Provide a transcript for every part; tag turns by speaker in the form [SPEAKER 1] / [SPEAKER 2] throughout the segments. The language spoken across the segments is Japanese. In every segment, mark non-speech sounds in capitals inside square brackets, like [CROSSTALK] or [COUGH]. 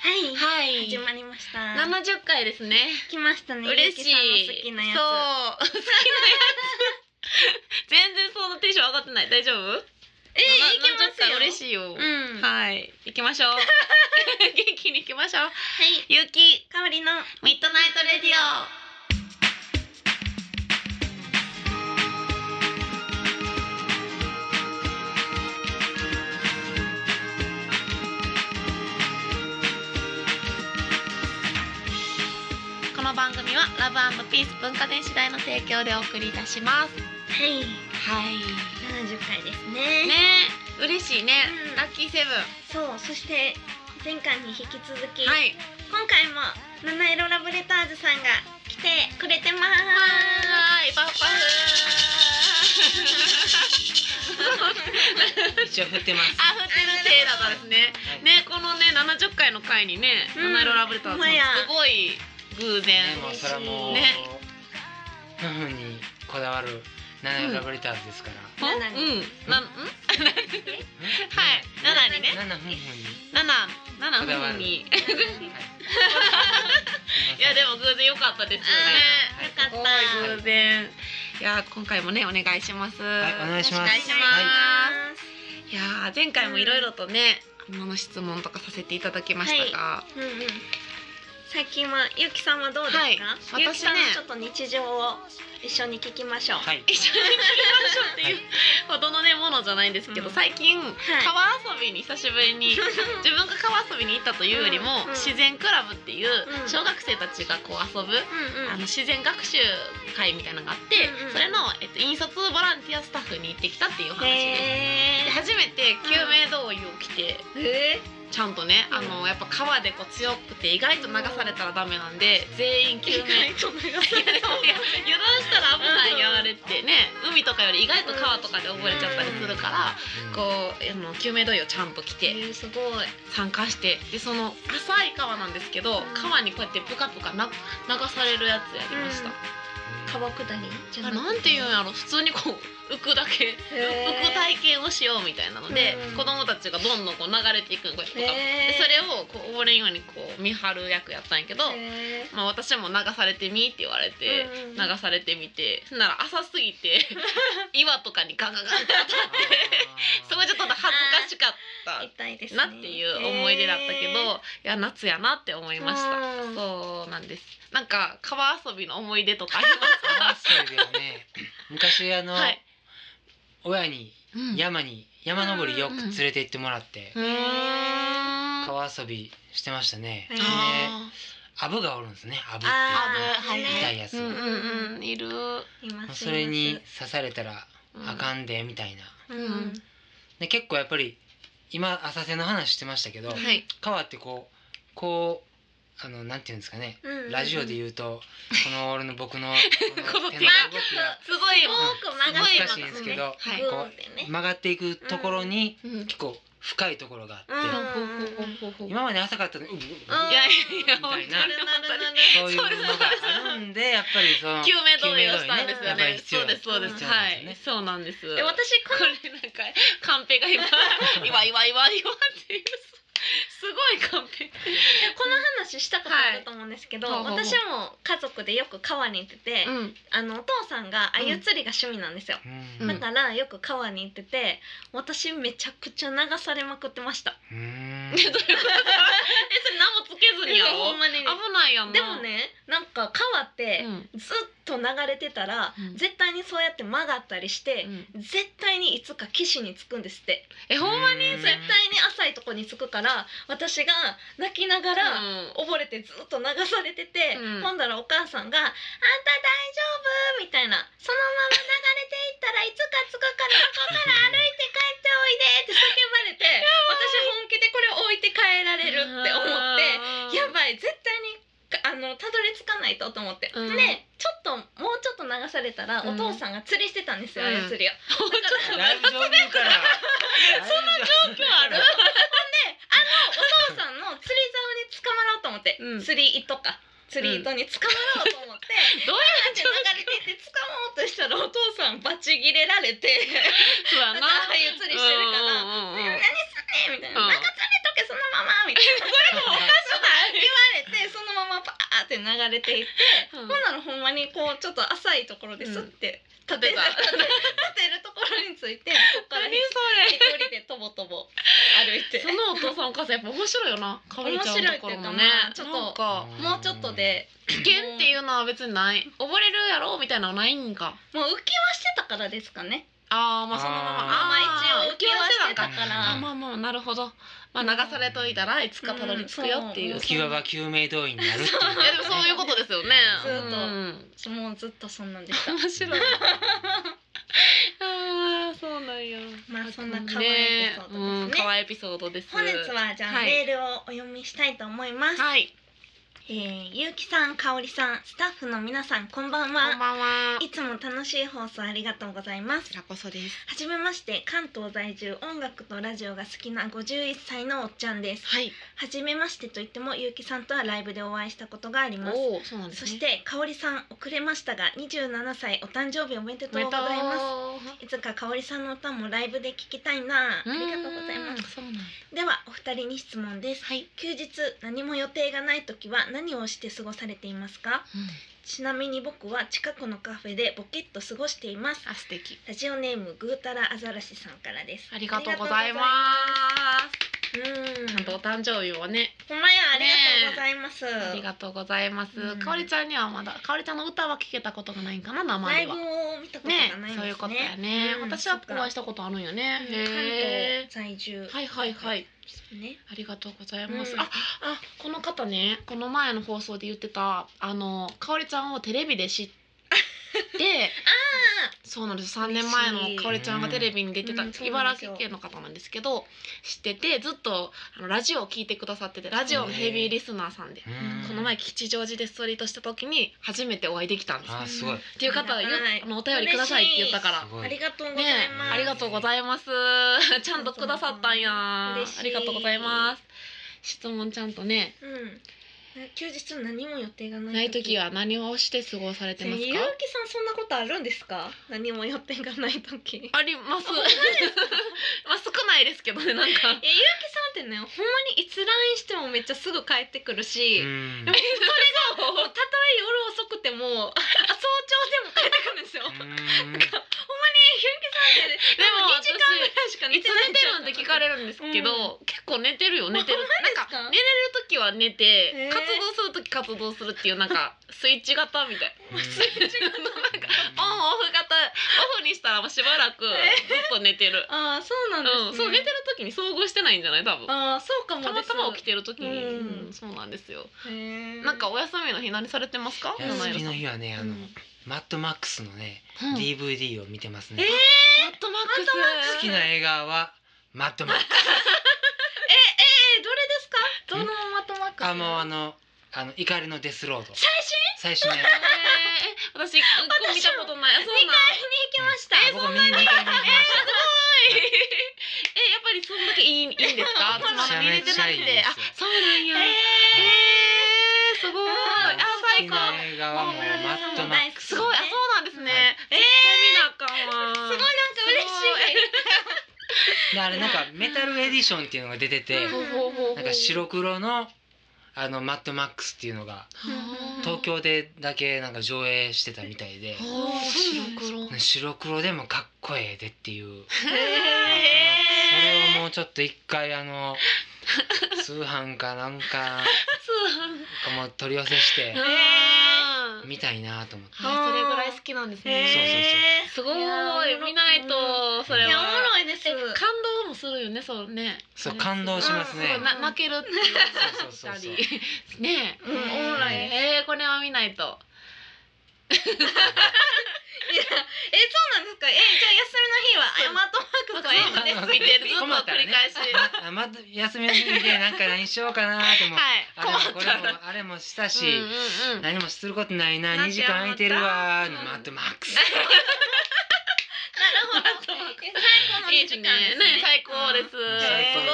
[SPEAKER 1] はい、
[SPEAKER 2] はい
[SPEAKER 1] 始まりました。
[SPEAKER 2] 七十回ですね。
[SPEAKER 1] 来ましたね。
[SPEAKER 2] 嬉しい。
[SPEAKER 1] ゆうきさんの好きなやつ。
[SPEAKER 2] そう、好きなやつ。全然そのテンション上がってない。大丈
[SPEAKER 1] えー、
[SPEAKER 2] 夫？
[SPEAKER 1] いけますよ。
[SPEAKER 2] 70回嬉
[SPEAKER 1] い。
[SPEAKER 2] しいよ。
[SPEAKER 1] うん。は
[SPEAKER 2] はい、行きま
[SPEAKER 1] [LAUGHS]
[SPEAKER 2] しょう。元気に行きましょう。
[SPEAKER 1] い。
[SPEAKER 2] ゆうき
[SPEAKER 1] かおりの。
[SPEAKER 2] ミッドナイトレディオ。この番組はラブピース文化電子代の提供でお送りいたします。
[SPEAKER 1] はい。
[SPEAKER 2] はい。
[SPEAKER 1] 七十回ですね
[SPEAKER 2] ね、嬉しいね。
[SPEAKER 1] うん
[SPEAKER 2] ラッキーセブン。
[SPEAKER 1] そう、そして前回に引き続き、
[SPEAKER 2] はい。
[SPEAKER 1] 今回も七色ラブレターズさんが来てくれ
[SPEAKER 2] [LAUGHS]
[SPEAKER 1] てま
[SPEAKER 2] わーい、パフパフ。
[SPEAKER 3] 一応振ってます。
[SPEAKER 2] あ、振ってる手だったですね。ね、このね、七十回の回にね、
[SPEAKER 1] うん
[SPEAKER 2] 七色ラブレターズさん
[SPEAKER 1] ほんまや
[SPEAKER 2] すごい偶然。
[SPEAKER 3] ね、もうそれはもう、
[SPEAKER 2] ね
[SPEAKER 3] 夫婦にこだわる七色ラブレターズですから。
[SPEAKER 2] ほんう
[SPEAKER 1] 七に
[SPEAKER 2] ん、なん、ん、はい、七にね、
[SPEAKER 3] 七夫婦に。
[SPEAKER 2] 七、七
[SPEAKER 3] こだ
[SPEAKER 2] 分
[SPEAKER 3] わる
[SPEAKER 2] に。
[SPEAKER 3] はい
[SPEAKER 2] いや、でも偶然良かったですよ
[SPEAKER 1] あー
[SPEAKER 2] ね。
[SPEAKER 1] よかった
[SPEAKER 2] すごい偶然。いや、今回もね、お願いします。
[SPEAKER 3] はい、お願いします。
[SPEAKER 1] お願
[SPEAKER 2] いします
[SPEAKER 1] す。
[SPEAKER 2] いやー、前回もいろいろとね、あの質問とかさせていただきましたが。
[SPEAKER 1] うんうん。最近はゆうきさんはどうですか？
[SPEAKER 2] はい
[SPEAKER 1] ゆうきさん
[SPEAKER 2] 私
[SPEAKER 1] の
[SPEAKER 2] ね
[SPEAKER 1] ちょっと日常を一緒に聞きましょう。
[SPEAKER 3] はい。
[SPEAKER 2] 一緒に行きましょうっていうほどのねものじゃないんですけど、
[SPEAKER 1] うん
[SPEAKER 2] 最近、川遊びに久しぶりに自分が川遊びに行ったというよりも、
[SPEAKER 1] うんうん
[SPEAKER 2] 自然クラブっていう
[SPEAKER 1] うん
[SPEAKER 2] 小学生たちがこう遊
[SPEAKER 1] う
[SPEAKER 2] ぶ、
[SPEAKER 1] んうん。
[SPEAKER 2] あの自然学習会みたいなのがあって、
[SPEAKER 1] うんうん
[SPEAKER 2] それの、えっと、引率ボランティアスタッフに行ってきたっていう話です。
[SPEAKER 1] へー
[SPEAKER 2] で初めて救命胴衣を着て、
[SPEAKER 1] え
[SPEAKER 2] ちゃんとね、
[SPEAKER 1] うん
[SPEAKER 2] あのやっぱ川でこう強くて意外と流されたらダメなんで、全員
[SPEAKER 1] ー、
[SPEAKER 2] 救
[SPEAKER 1] 意
[SPEAKER 2] 命
[SPEAKER 1] 外と長さ
[SPEAKER 2] [LAUGHS] いやでもいや油断したら危ないやあれってね海とかより意外と川とかで溺れちゃったりするから、こうあの救命胴衣をちゃんと着て
[SPEAKER 1] すごい。
[SPEAKER 2] 参加してでその浅い川なんですけど
[SPEAKER 1] うん
[SPEAKER 2] 川にこうやってプカプカな流されるやつやりました、
[SPEAKER 1] 川下りじゃ
[SPEAKER 2] あなんていうんやろ普通にこう浮くだけ浮く体験をしようみたいなので、
[SPEAKER 1] うん
[SPEAKER 2] 子供たちがどんどんこう流れていくのこうやってプカプカ
[SPEAKER 1] へ
[SPEAKER 2] で
[SPEAKER 1] ー
[SPEAKER 2] それをこう溺れんようにこう見張る役やったんやけど、
[SPEAKER 1] へ
[SPEAKER 2] まあ、私も流されてみって言われて、
[SPEAKER 1] うんうん
[SPEAKER 2] 流されてみてそんなら浅すぎ
[SPEAKER 1] [LAUGHS]
[SPEAKER 2] て岩とかにガンガンガンって当たってそこちょっと恥ずかしか
[SPEAKER 1] ー
[SPEAKER 2] っ
[SPEAKER 1] 痛いです
[SPEAKER 2] た
[SPEAKER 1] ね。
[SPEAKER 2] なっていう思い出だったけど、いや夏やなって思いました、
[SPEAKER 1] うん
[SPEAKER 2] そうなんですなんか川遊びの思い出とかありま
[SPEAKER 3] あ
[SPEAKER 2] す
[SPEAKER 3] そうだよね。昔あの、
[SPEAKER 2] はい、
[SPEAKER 3] 親に
[SPEAKER 2] うん
[SPEAKER 3] 山に山登りよく連れて行ってもらって、
[SPEAKER 2] うーん
[SPEAKER 3] 川遊びしてましたね。
[SPEAKER 1] へー
[SPEAKER 3] で
[SPEAKER 2] あ
[SPEAKER 3] アブがおるんですね。アブっていう
[SPEAKER 1] あ
[SPEAKER 2] あぶはい
[SPEAKER 3] 痛いやつ。
[SPEAKER 2] ーうん
[SPEAKER 3] も
[SPEAKER 2] うんうんいる、
[SPEAKER 1] ーいますいま
[SPEAKER 3] う
[SPEAKER 1] す
[SPEAKER 3] それに刺されたら
[SPEAKER 2] うん
[SPEAKER 3] あかんでみたいな。
[SPEAKER 1] うん
[SPEAKER 2] う
[SPEAKER 1] うんん
[SPEAKER 3] で結構やっぱり今浅瀬の話してましたけど、
[SPEAKER 2] はい
[SPEAKER 3] 川ってこうこうあのなんていうんですかね、
[SPEAKER 1] うんうん
[SPEAKER 3] ラジオで言うとこの俺の僕の
[SPEAKER 2] こ
[SPEAKER 3] こ
[SPEAKER 2] の
[SPEAKER 3] の
[SPEAKER 2] 手
[SPEAKER 3] 手
[SPEAKER 2] の
[SPEAKER 3] の
[SPEAKER 2] 動
[SPEAKER 3] 動
[SPEAKER 1] き
[SPEAKER 3] き
[SPEAKER 1] が
[SPEAKER 3] が
[SPEAKER 2] すごい、
[SPEAKER 1] 多く曲がっ
[SPEAKER 2] すごい
[SPEAKER 1] て
[SPEAKER 2] 曲
[SPEAKER 3] 難
[SPEAKER 1] ます
[SPEAKER 3] しいん
[SPEAKER 1] ね
[SPEAKER 3] ですけど、
[SPEAKER 2] はい
[SPEAKER 1] グーってね。
[SPEAKER 3] 曲がっていくところに
[SPEAKER 2] うん
[SPEAKER 3] 結構深いところがあって、
[SPEAKER 1] うん
[SPEAKER 3] 今まで浅かったのにうぶうぶ
[SPEAKER 2] いやいや、本当
[SPEAKER 3] みた
[SPEAKER 2] に
[SPEAKER 3] いなそういうのがあるんでやっぱりその
[SPEAKER 2] 救命胴衣をしたんですよ
[SPEAKER 3] 救命胴衣やっぱり
[SPEAKER 2] ね。
[SPEAKER 3] 必
[SPEAKER 2] そ
[SPEAKER 3] 要
[SPEAKER 2] うですそうです。
[SPEAKER 3] 必要
[SPEAKER 2] は
[SPEAKER 3] なんで
[SPEAKER 2] い、
[SPEAKER 3] す
[SPEAKER 2] そうなんです。
[SPEAKER 1] え私こ
[SPEAKER 2] これなんかカンペが今今今今今っていうすごいカンペ。
[SPEAKER 1] のこの話したことあると思うんですけど、
[SPEAKER 2] はいほうほうほう
[SPEAKER 1] 私も家族でよく川に行ってて、
[SPEAKER 2] ん。
[SPEAKER 1] あのお父さんが鮎釣りが趣味なんですよ。
[SPEAKER 3] ね
[SPEAKER 2] うん
[SPEAKER 1] だからよく川に行ってて私めちゃくちゃ流されまくってました
[SPEAKER 3] うんうん
[SPEAKER 2] えそれ何もつけずにやろ
[SPEAKER 1] ほん。まにね
[SPEAKER 2] 危ないやんな。
[SPEAKER 1] でも。ねなんか川って
[SPEAKER 2] うん。
[SPEAKER 1] ずっと流れてたら、
[SPEAKER 2] うん
[SPEAKER 1] 絶対にそうやって曲がったりして、絶対にいつか岸に着くんですって
[SPEAKER 2] えほんまに。
[SPEAKER 3] に
[SPEAKER 1] 絶対に浅いとこに着くから私が泣きながら、
[SPEAKER 2] うん
[SPEAKER 1] 溺れてずっと流されてて、
[SPEAKER 2] うん
[SPEAKER 1] ほんだらお母さんが「あんた大丈夫?」みたいな「そのまま流れていったらいつか着くからここから歩いて帰っておいで」って叫ばれて私本気でこれを置いて帰られるって思って
[SPEAKER 2] て
[SPEAKER 1] やばい絶対にあのたどり着かないとと思って、
[SPEAKER 2] うん
[SPEAKER 1] でちょっともうちょっと流されたら、
[SPEAKER 2] うん
[SPEAKER 1] お父さんが釣りしてたんですよ、
[SPEAKER 2] うん
[SPEAKER 1] あや釣りを。
[SPEAKER 3] 大丈夫からその状
[SPEAKER 2] 況ある
[SPEAKER 1] お父さんの釣り竿に捕まろうと思って、
[SPEAKER 2] うん
[SPEAKER 1] 釣り糸か釣り糸に捕まろうと思って、
[SPEAKER 2] どう
[SPEAKER 1] なんて流れていって捕まおうとしたらお父さんバチ切れられて
[SPEAKER 2] や
[SPEAKER 1] ま
[SPEAKER 2] っ
[SPEAKER 1] たああ
[SPEAKER 2] た
[SPEAKER 1] いう釣りしてるから「何
[SPEAKER 2] ら
[SPEAKER 1] すんねん」みたいな「な
[SPEAKER 2] うん
[SPEAKER 1] んか釣れとけそのまま」みたいな
[SPEAKER 2] おかし
[SPEAKER 1] 流れていって、
[SPEAKER 2] うん
[SPEAKER 1] ほんならほんまにこうちょっと浅いところですって立て,、
[SPEAKER 2] 立てた
[SPEAKER 1] 立てるところについてそこから
[SPEAKER 2] 何
[SPEAKER 1] 一
[SPEAKER 2] それ
[SPEAKER 1] 人でとぼとぼ歩いて
[SPEAKER 2] そのお父さんお母さんやっぱ面白いよなかわりちゃんのところもね
[SPEAKER 1] 面白いっていうかまあちょっとも
[SPEAKER 2] なんか
[SPEAKER 1] うちょっとで
[SPEAKER 2] 危険っていうのは別にない溺れるやろみたいなのはないんか
[SPEAKER 1] もう浮き輪してたからですかね
[SPEAKER 2] ああまあそのまま
[SPEAKER 1] まあまあ
[SPEAKER 2] ー
[SPEAKER 1] 一応浮き輪してたか
[SPEAKER 2] あ
[SPEAKER 1] ら
[SPEAKER 2] まあまあなるほどまあ流されといたらいつかたどり着くよってい
[SPEAKER 1] う
[SPEAKER 2] う,、
[SPEAKER 1] ん
[SPEAKER 2] い
[SPEAKER 1] そ
[SPEAKER 2] や
[SPEAKER 1] うそうん
[SPEAKER 2] でもそ
[SPEAKER 3] 浮き輪が救命胴衣になるっていう
[SPEAKER 2] ういうことですよね
[SPEAKER 1] ずっと
[SPEAKER 2] うん
[SPEAKER 1] もうずっとそんなんでした
[SPEAKER 2] 面白いああそうなんや
[SPEAKER 1] まあそんな可愛いエピソードですね
[SPEAKER 2] うん可愛いエピソードです
[SPEAKER 1] 本日はじゃあ
[SPEAKER 2] はい
[SPEAKER 1] メールをお読みしたいと思います、
[SPEAKER 2] はい
[SPEAKER 1] えー、ゆうきさんかおりさんスタッフの皆さんこんばんは
[SPEAKER 2] こんばんはい
[SPEAKER 1] つも楽しい放送ありがとうございま
[SPEAKER 2] こ
[SPEAKER 1] す
[SPEAKER 2] ちらこそです
[SPEAKER 1] はじめまして関東在住音楽とラジオが好きな51歳のおっちゃんです
[SPEAKER 2] はい
[SPEAKER 1] はじめましてと言ってもゆうきさんとはライブでお会いしたことがあります
[SPEAKER 2] おおそうなんで
[SPEAKER 1] そ
[SPEAKER 2] す
[SPEAKER 1] し
[SPEAKER 2] ね
[SPEAKER 1] てかおりさん遅れましたが27歳お誕生日おめで
[SPEAKER 2] お
[SPEAKER 1] とう
[SPEAKER 2] め
[SPEAKER 1] ご
[SPEAKER 2] でとう
[SPEAKER 1] ざいますいつか香織さんの歌もライブで聴きたいなあ
[SPEAKER 2] うん
[SPEAKER 1] りがとうございます
[SPEAKER 2] そうなんだ
[SPEAKER 1] ではお二人に質問です
[SPEAKER 2] はい、
[SPEAKER 1] 休日何も予定がない時は何をして過ごされていますかちなみに僕は近くのカフェでボケっと過ごしています
[SPEAKER 2] あ素敵
[SPEAKER 1] ラジオネームぐーたらあざらしさんからです
[SPEAKER 2] ありがとうござい
[SPEAKER 1] ありがとうございます
[SPEAKER 2] ますちゃんと
[SPEAKER 1] う
[SPEAKER 2] お誕生日はね
[SPEAKER 1] んほんまやありがとうございます、
[SPEAKER 2] ありがとうございます
[SPEAKER 1] うん。
[SPEAKER 2] かおりちゃんにはまだかおりちゃんの歌は聞けたことがないんかな生
[SPEAKER 1] ライ
[SPEAKER 2] で
[SPEAKER 1] ブ
[SPEAKER 2] は。
[SPEAKER 1] を
[SPEAKER 2] ね
[SPEAKER 1] 見たことがないですね
[SPEAKER 2] そういうことやね。
[SPEAKER 1] うん
[SPEAKER 2] 私
[SPEAKER 1] そっ
[SPEAKER 2] は
[SPEAKER 1] か
[SPEAKER 2] お会いしたことあるんよね
[SPEAKER 1] うん。
[SPEAKER 2] へ
[SPEAKER 1] 関東在住
[SPEAKER 2] ーはいはいはい。
[SPEAKER 1] ね
[SPEAKER 2] ありがとうございます。
[SPEAKER 1] うん
[SPEAKER 2] あ、あ、この方ね、この前の放送で言ってたあのかおりちゃんをテレビ
[SPEAKER 1] [LAUGHS]
[SPEAKER 2] で知って。そうなんです3年前
[SPEAKER 1] 嬉しい
[SPEAKER 2] のかおりちゃんがテレビに出てた、
[SPEAKER 1] うんそうなん
[SPEAKER 2] 茨
[SPEAKER 1] ですよ
[SPEAKER 2] 城県の方なんですけど知っててずっとあのラジオを聞いてくださっててラジオのヘビーリスナーさんで
[SPEAKER 3] うん
[SPEAKER 2] この前吉祥寺でストリートした時に初めてお会いできたんです。
[SPEAKER 3] あーすごい
[SPEAKER 2] っていう方はよ
[SPEAKER 1] はい
[SPEAKER 2] あのお便りくださいって言ったから
[SPEAKER 3] す。ご
[SPEAKER 1] あり
[SPEAKER 3] い
[SPEAKER 1] がとうござい
[SPEAKER 2] ね
[SPEAKER 1] ま
[SPEAKER 2] え、
[SPEAKER 1] す、
[SPEAKER 2] ありがとうございます。ちゃんとくださったんや。あ
[SPEAKER 1] 嬉しい
[SPEAKER 2] りがとうございます。質問ちゃんとね、
[SPEAKER 1] うん。休日何も予定がない
[SPEAKER 2] ない時は何をして過ごされて
[SPEAKER 1] ゆう
[SPEAKER 2] ます
[SPEAKER 1] き
[SPEAKER 2] か。
[SPEAKER 1] さんそんなことあるんですか何も予定がない
[SPEAKER 2] [LAUGHS]
[SPEAKER 1] 時
[SPEAKER 2] あります。ま [LAUGHS] あ少ないですけどね、な
[SPEAKER 1] [LAUGHS]
[SPEAKER 2] んか。
[SPEAKER 1] いやゆうきさんってねほんまにいつ LINE してもめっちゃすぐ帰ってくるし、
[SPEAKER 3] うん
[SPEAKER 1] でもそれがもうたとえ夜遅くてもあ早朝でも帰ってくるんですよ
[SPEAKER 3] う
[SPEAKER 1] ほんまに
[SPEAKER 3] ん
[SPEAKER 1] ゆうきさんって
[SPEAKER 2] でも
[SPEAKER 1] 2時間ぐらいしか寝
[SPEAKER 2] いつ
[SPEAKER 1] てない
[SPEAKER 2] 寝てるんって聞か
[SPEAKER 1] れ
[SPEAKER 2] れるんですけど、結構寝てるよ寝てる
[SPEAKER 1] ほんまです
[SPEAKER 2] な
[SPEAKER 1] か
[SPEAKER 2] んか寝れる時は寝て、
[SPEAKER 1] へー
[SPEAKER 2] 活動する時活動するっていうな
[SPEAKER 1] [LAUGHS]
[SPEAKER 2] んかスイッチ型みたい
[SPEAKER 3] うん
[SPEAKER 2] スイッチ型なんかオンオフ型オフにしたらもうしばらくずっと寝てる、
[SPEAKER 1] ああそうなん
[SPEAKER 2] うん、
[SPEAKER 1] です、ね
[SPEAKER 2] そう寝てる時に遭遇してないんじゃない多分た
[SPEAKER 1] ああそうかも
[SPEAKER 2] またま起き
[SPEAKER 1] き
[SPEAKER 2] てる時に、
[SPEAKER 1] うん
[SPEAKER 2] うんそうなんですよ、
[SPEAKER 1] て
[SPEAKER 2] なんかお休みの日何されてますか
[SPEAKER 1] うん
[SPEAKER 2] 七色
[SPEAKER 3] 休
[SPEAKER 2] さ
[SPEAKER 3] みの
[SPEAKER 2] ん
[SPEAKER 3] 日はねあの、
[SPEAKER 2] うん
[SPEAKER 3] マッドマックスのね、
[SPEAKER 2] うん
[SPEAKER 3] DVD を見てますね、
[SPEAKER 1] えー
[SPEAKER 2] マットマックス
[SPEAKER 3] 好きな映画はマッドマックス
[SPEAKER 1] えー、どれですかどのまとまく
[SPEAKER 3] あもうあのあの怒りのデスロード
[SPEAKER 1] 最新
[SPEAKER 3] 最初のやつ
[SPEAKER 2] えー私一個見たことないあそう
[SPEAKER 1] 二
[SPEAKER 2] なん
[SPEAKER 1] 回に行きました、
[SPEAKER 3] 僕見に2回見に行きました
[SPEAKER 2] [LAUGHS] えやっぱりそんだけいいいいんですか？つ
[SPEAKER 3] [LAUGHS]
[SPEAKER 2] まみ入れてなく
[SPEAKER 3] めちゃめちゃいいで
[SPEAKER 2] て、あ
[SPEAKER 3] すよ
[SPEAKER 2] そうなんや。えーすごい。あ
[SPEAKER 3] 好
[SPEAKER 2] 最
[SPEAKER 3] き
[SPEAKER 2] 高。
[SPEAKER 3] な映画はもうマッドマックス
[SPEAKER 2] すごい。あそうなんですね。ええ見なあかんわ。
[SPEAKER 1] すごいなんか嬉しい
[SPEAKER 3] であれなんかメタルエディションっていうのが出てて
[SPEAKER 1] うん
[SPEAKER 2] ほうほうほうほう。
[SPEAKER 3] なんか白黒のあのマッドマックスっていうのが
[SPEAKER 2] はあ
[SPEAKER 3] 東。京でだけなんか上映してたみたいで
[SPEAKER 2] おー白黒。
[SPEAKER 3] 白黒でもかっこええでっていうそれを
[SPEAKER 1] へ
[SPEAKER 3] もうちょっと一回あ
[SPEAKER 2] [LAUGHS]
[SPEAKER 3] の通販かなんかもう取り寄せして
[SPEAKER 2] うん
[SPEAKER 1] へ
[SPEAKER 3] 見たいなと思って
[SPEAKER 2] あそれぐらい好きなんです
[SPEAKER 1] え
[SPEAKER 3] そ
[SPEAKER 2] ね。す
[SPEAKER 3] うそう
[SPEAKER 2] ごい
[SPEAKER 1] いやー
[SPEAKER 2] 見ないとそ
[SPEAKER 1] い
[SPEAKER 2] れ
[SPEAKER 1] やおも
[SPEAKER 2] は。
[SPEAKER 1] ろいです
[SPEAKER 2] え感動もするよねそうね
[SPEAKER 3] そう
[SPEAKER 2] あれ
[SPEAKER 3] 感動
[SPEAKER 1] しますね
[SPEAKER 2] うんそうな泣けるっていう
[SPEAKER 3] そうそうそうそう
[SPEAKER 2] そうねえ
[SPEAKER 1] うんおもろいです
[SPEAKER 2] えー、これは見ないと
[SPEAKER 1] いやえそうなんですかえじゃあ休みの日はマットマックスは映画です
[SPEAKER 3] そう
[SPEAKER 2] 見てるずっと
[SPEAKER 3] 困ったら
[SPEAKER 2] 繰
[SPEAKER 3] ね
[SPEAKER 2] り返
[SPEAKER 3] [LAUGHS]
[SPEAKER 2] し、
[SPEAKER 3] あまた休みの日でなんか何しようかなと思って
[SPEAKER 2] はい
[SPEAKER 3] あれもこれも
[SPEAKER 2] 困ったら
[SPEAKER 3] あれもしたし
[SPEAKER 2] うんうんうん
[SPEAKER 3] 何もすることないな
[SPEAKER 2] なんて
[SPEAKER 3] 2時間空いてるわ
[SPEAKER 2] 思った
[SPEAKER 3] のマッドマック
[SPEAKER 2] [LAUGHS]
[SPEAKER 3] ス
[SPEAKER 1] なるほどえ最高の
[SPEAKER 2] いい
[SPEAKER 1] 二
[SPEAKER 2] です
[SPEAKER 1] 時間です
[SPEAKER 2] ねね
[SPEAKER 1] ね
[SPEAKER 2] 最高です、
[SPEAKER 3] ん
[SPEAKER 1] 最高
[SPEAKER 2] すご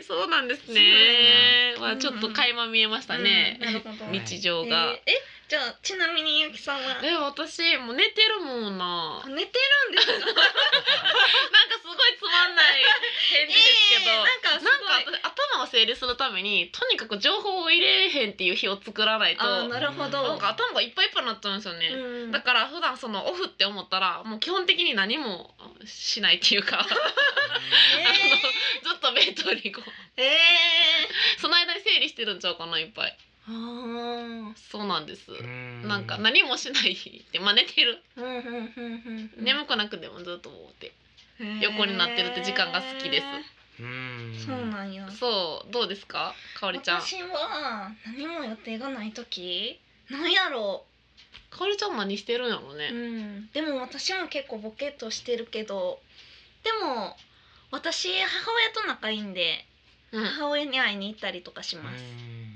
[SPEAKER 2] いそうなんですね
[SPEAKER 1] そうなんや
[SPEAKER 2] まあちょっと垣間見え [LAUGHS] ましたね、
[SPEAKER 1] うんなるほど
[SPEAKER 3] ん
[SPEAKER 2] 日常が、
[SPEAKER 1] ええじゃあちなみにゆうきさんは
[SPEAKER 2] でも私もう寝てるもんな
[SPEAKER 1] 寝てるんですか
[SPEAKER 2] なんかすごいつまんない返事ですけど、
[SPEAKER 1] え
[SPEAKER 2] [LAUGHS]
[SPEAKER 1] ーなんかすごい
[SPEAKER 2] なんか私頭は整理するためにとにかく情報を入れへんっていう日を作らないと
[SPEAKER 1] あー
[SPEAKER 2] な
[SPEAKER 1] なるほ
[SPEAKER 3] なん
[SPEAKER 1] ど
[SPEAKER 2] んか頭がいっぱいいっぱいになっちゃうんですよね。
[SPEAKER 1] うん
[SPEAKER 2] だから普段そのオフって思ったらもう基本的に何もしないっていうか [LAUGHS] ずっとベッドにこう
[SPEAKER 1] えー、え
[SPEAKER 2] その間に整理してるんちゃうかないっぱい
[SPEAKER 1] ー、あ
[SPEAKER 2] そうなんです、
[SPEAKER 3] う
[SPEAKER 2] なんか何もしないってまあ寝てる、
[SPEAKER 1] ーうんうんうんうん
[SPEAKER 2] 眠くなくてもずっと思って
[SPEAKER 1] うん
[SPEAKER 2] 横になってるって時間が好きです
[SPEAKER 3] うん
[SPEAKER 1] そうなんや
[SPEAKER 2] そうどうですかかおりちゃん
[SPEAKER 1] 私は何も予定がない時なんやろ
[SPEAKER 2] かおりちゃん何してるんやろう
[SPEAKER 1] う、う
[SPEAKER 2] ね、
[SPEAKER 1] ん、でも私も結構ボケっとしてるけどでも私母親と仲いいんで
[SPEAKER 2] うんあ
[SPEAKER 1] 母親に会いに行ったりとかします、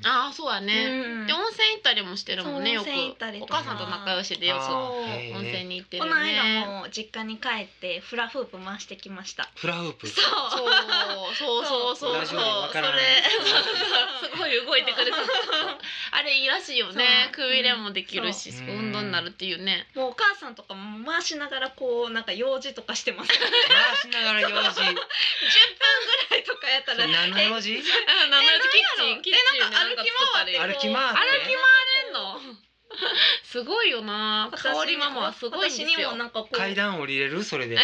[SPEAKER 2] あそうやね、
[SPEAKER 1] うん
[SPEAKER 2] で温泉行ったりもしてるもんねよ
[SPEAKER 1] そう
[SPEAKER 2] く
[SPEAKER 1] 温泉行ったりと
[SPEAKER 2] お
[SPEAKER 1] か
[SPEAKER 2] 母さんと仲良しでよ
[SPEAKER 3] あ
[SPEAKER 2] く
[SPEAKER 1] そう
[SPEAKER 3] ーへー
[SPEAKER 2] 温泉に行ってる
[SPEAKER 1] こ
[SPEAKER 2] ね
[SPEAKER 1] の間も実家に帰ってフラフープ回してきました
[SPEAKER 3] フラフープ
[SPEAKER 1] そう
[SPEAKER 2] そうそうそうそうそうそ
[SPEAKER 3] ラジ
[SPEAKER 2] う
[SPEAKER 3] オでわ
[SPEAKER 2] そ
[SPEAKER 3] か
[SPEAKER 2] れ
[SPEAKER 3] らない
[SPEAKER 2] すごい動いてくれそう [LAUGHS] あれいいらしいよ
[SPEAKER 1] そ
[SPEAKER 2] ね
[SPEAKER 1] う
[SPEAKER 2] くびれもできるし
[SPEAKER 3] そう
[SPEAKER 2] 運動になるっていうね
[SPEAKER 1] もうお母さんとかも回しながらこうなんか用事とかしてます [LAUGHS] 10分
[SPEAKER 3] 回しながら用事
[SPEAKER 1] ぐらいとかやったら
[SPEAKER 3] 何の用
[SPEAKER 2] [LAUGHS]
[SPEAKER 3] 事
[SPEAKER 2] あな
[SPEAKER 1] え
[SPEAKER 2] キッチンキッチンで
[SPEAKER 1] なんやろえなんか
[SPEAKER 2] なんか作ったり
[SPEAKER 1] 歩
[SPEAKER 2] 歩
[SPEAKER 3] 歩
[SPEAKER 1] き回って
[SPEAKER 3] き回っ
[SPEAKER 2] き
[SPEAKER 3] て
[SPEAKER 2] 回れんのすごいよな
[SPEAKER 1] 私
[SPEAKER 2] 香りママはすごいんです
[SPEAKER 1] 私に
[SPEAKER 2] よ [LAUGHS]
[SPEAKER 1] もなんかこう
[SPEAKER 3] 階段降りれるそれで
[SPEAKER 1] と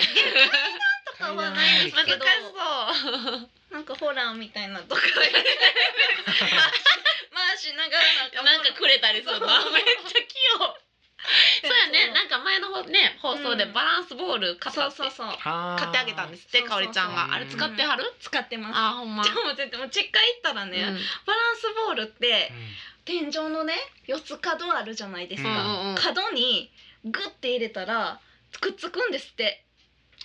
[SPEAKER 1] かはないです
[SPEAKER 2] 難し
[SPEAKER 1] け
[SPEAKER 2] そ
[SPEAKER 1] ど
[SPEAKER 2] う
[SPEAKER 1] なんかホラーみたいな
[SPEAKER 2] [LAUGHS]
[SPEAKER 1] とか回し回しながら
[SPEAKER 2] なんかくれたりするの [LAUGHS] めっちゃ器用そうやねなんか前のほね放送で
[SPEAKER 1] うん
[SPEAKER 2] バランスボール買った
[SPEAKER 1] そう
[SPEAKER 2] って
[SPEAKER 1] そうそう
[SPEAKER 3] 買
[SPEAKER 2] 買ってあげたんですって
[SPEAKER 1] そうそう
[SPEAKER 2] かお
[SPEAKER 1] そう
[SPEAKER 2] りちゃんがあれ使ってはる
[SPEAKER 1] 使ってます
[SPEAKER 2] あーほんま
[SPEAKER 1] でも絶対もう実家行ったらね、
[SPEAKER 2] うん
[SPEAKER 1] バランスボールって天井のね四つ角あるじゃないです
[SPEAKER 2] うん
[SPEAKER 1] か、
[SPEAKER 2] うんうん
[SPEAKER 1] 角にグッて入れたらくっつくんですって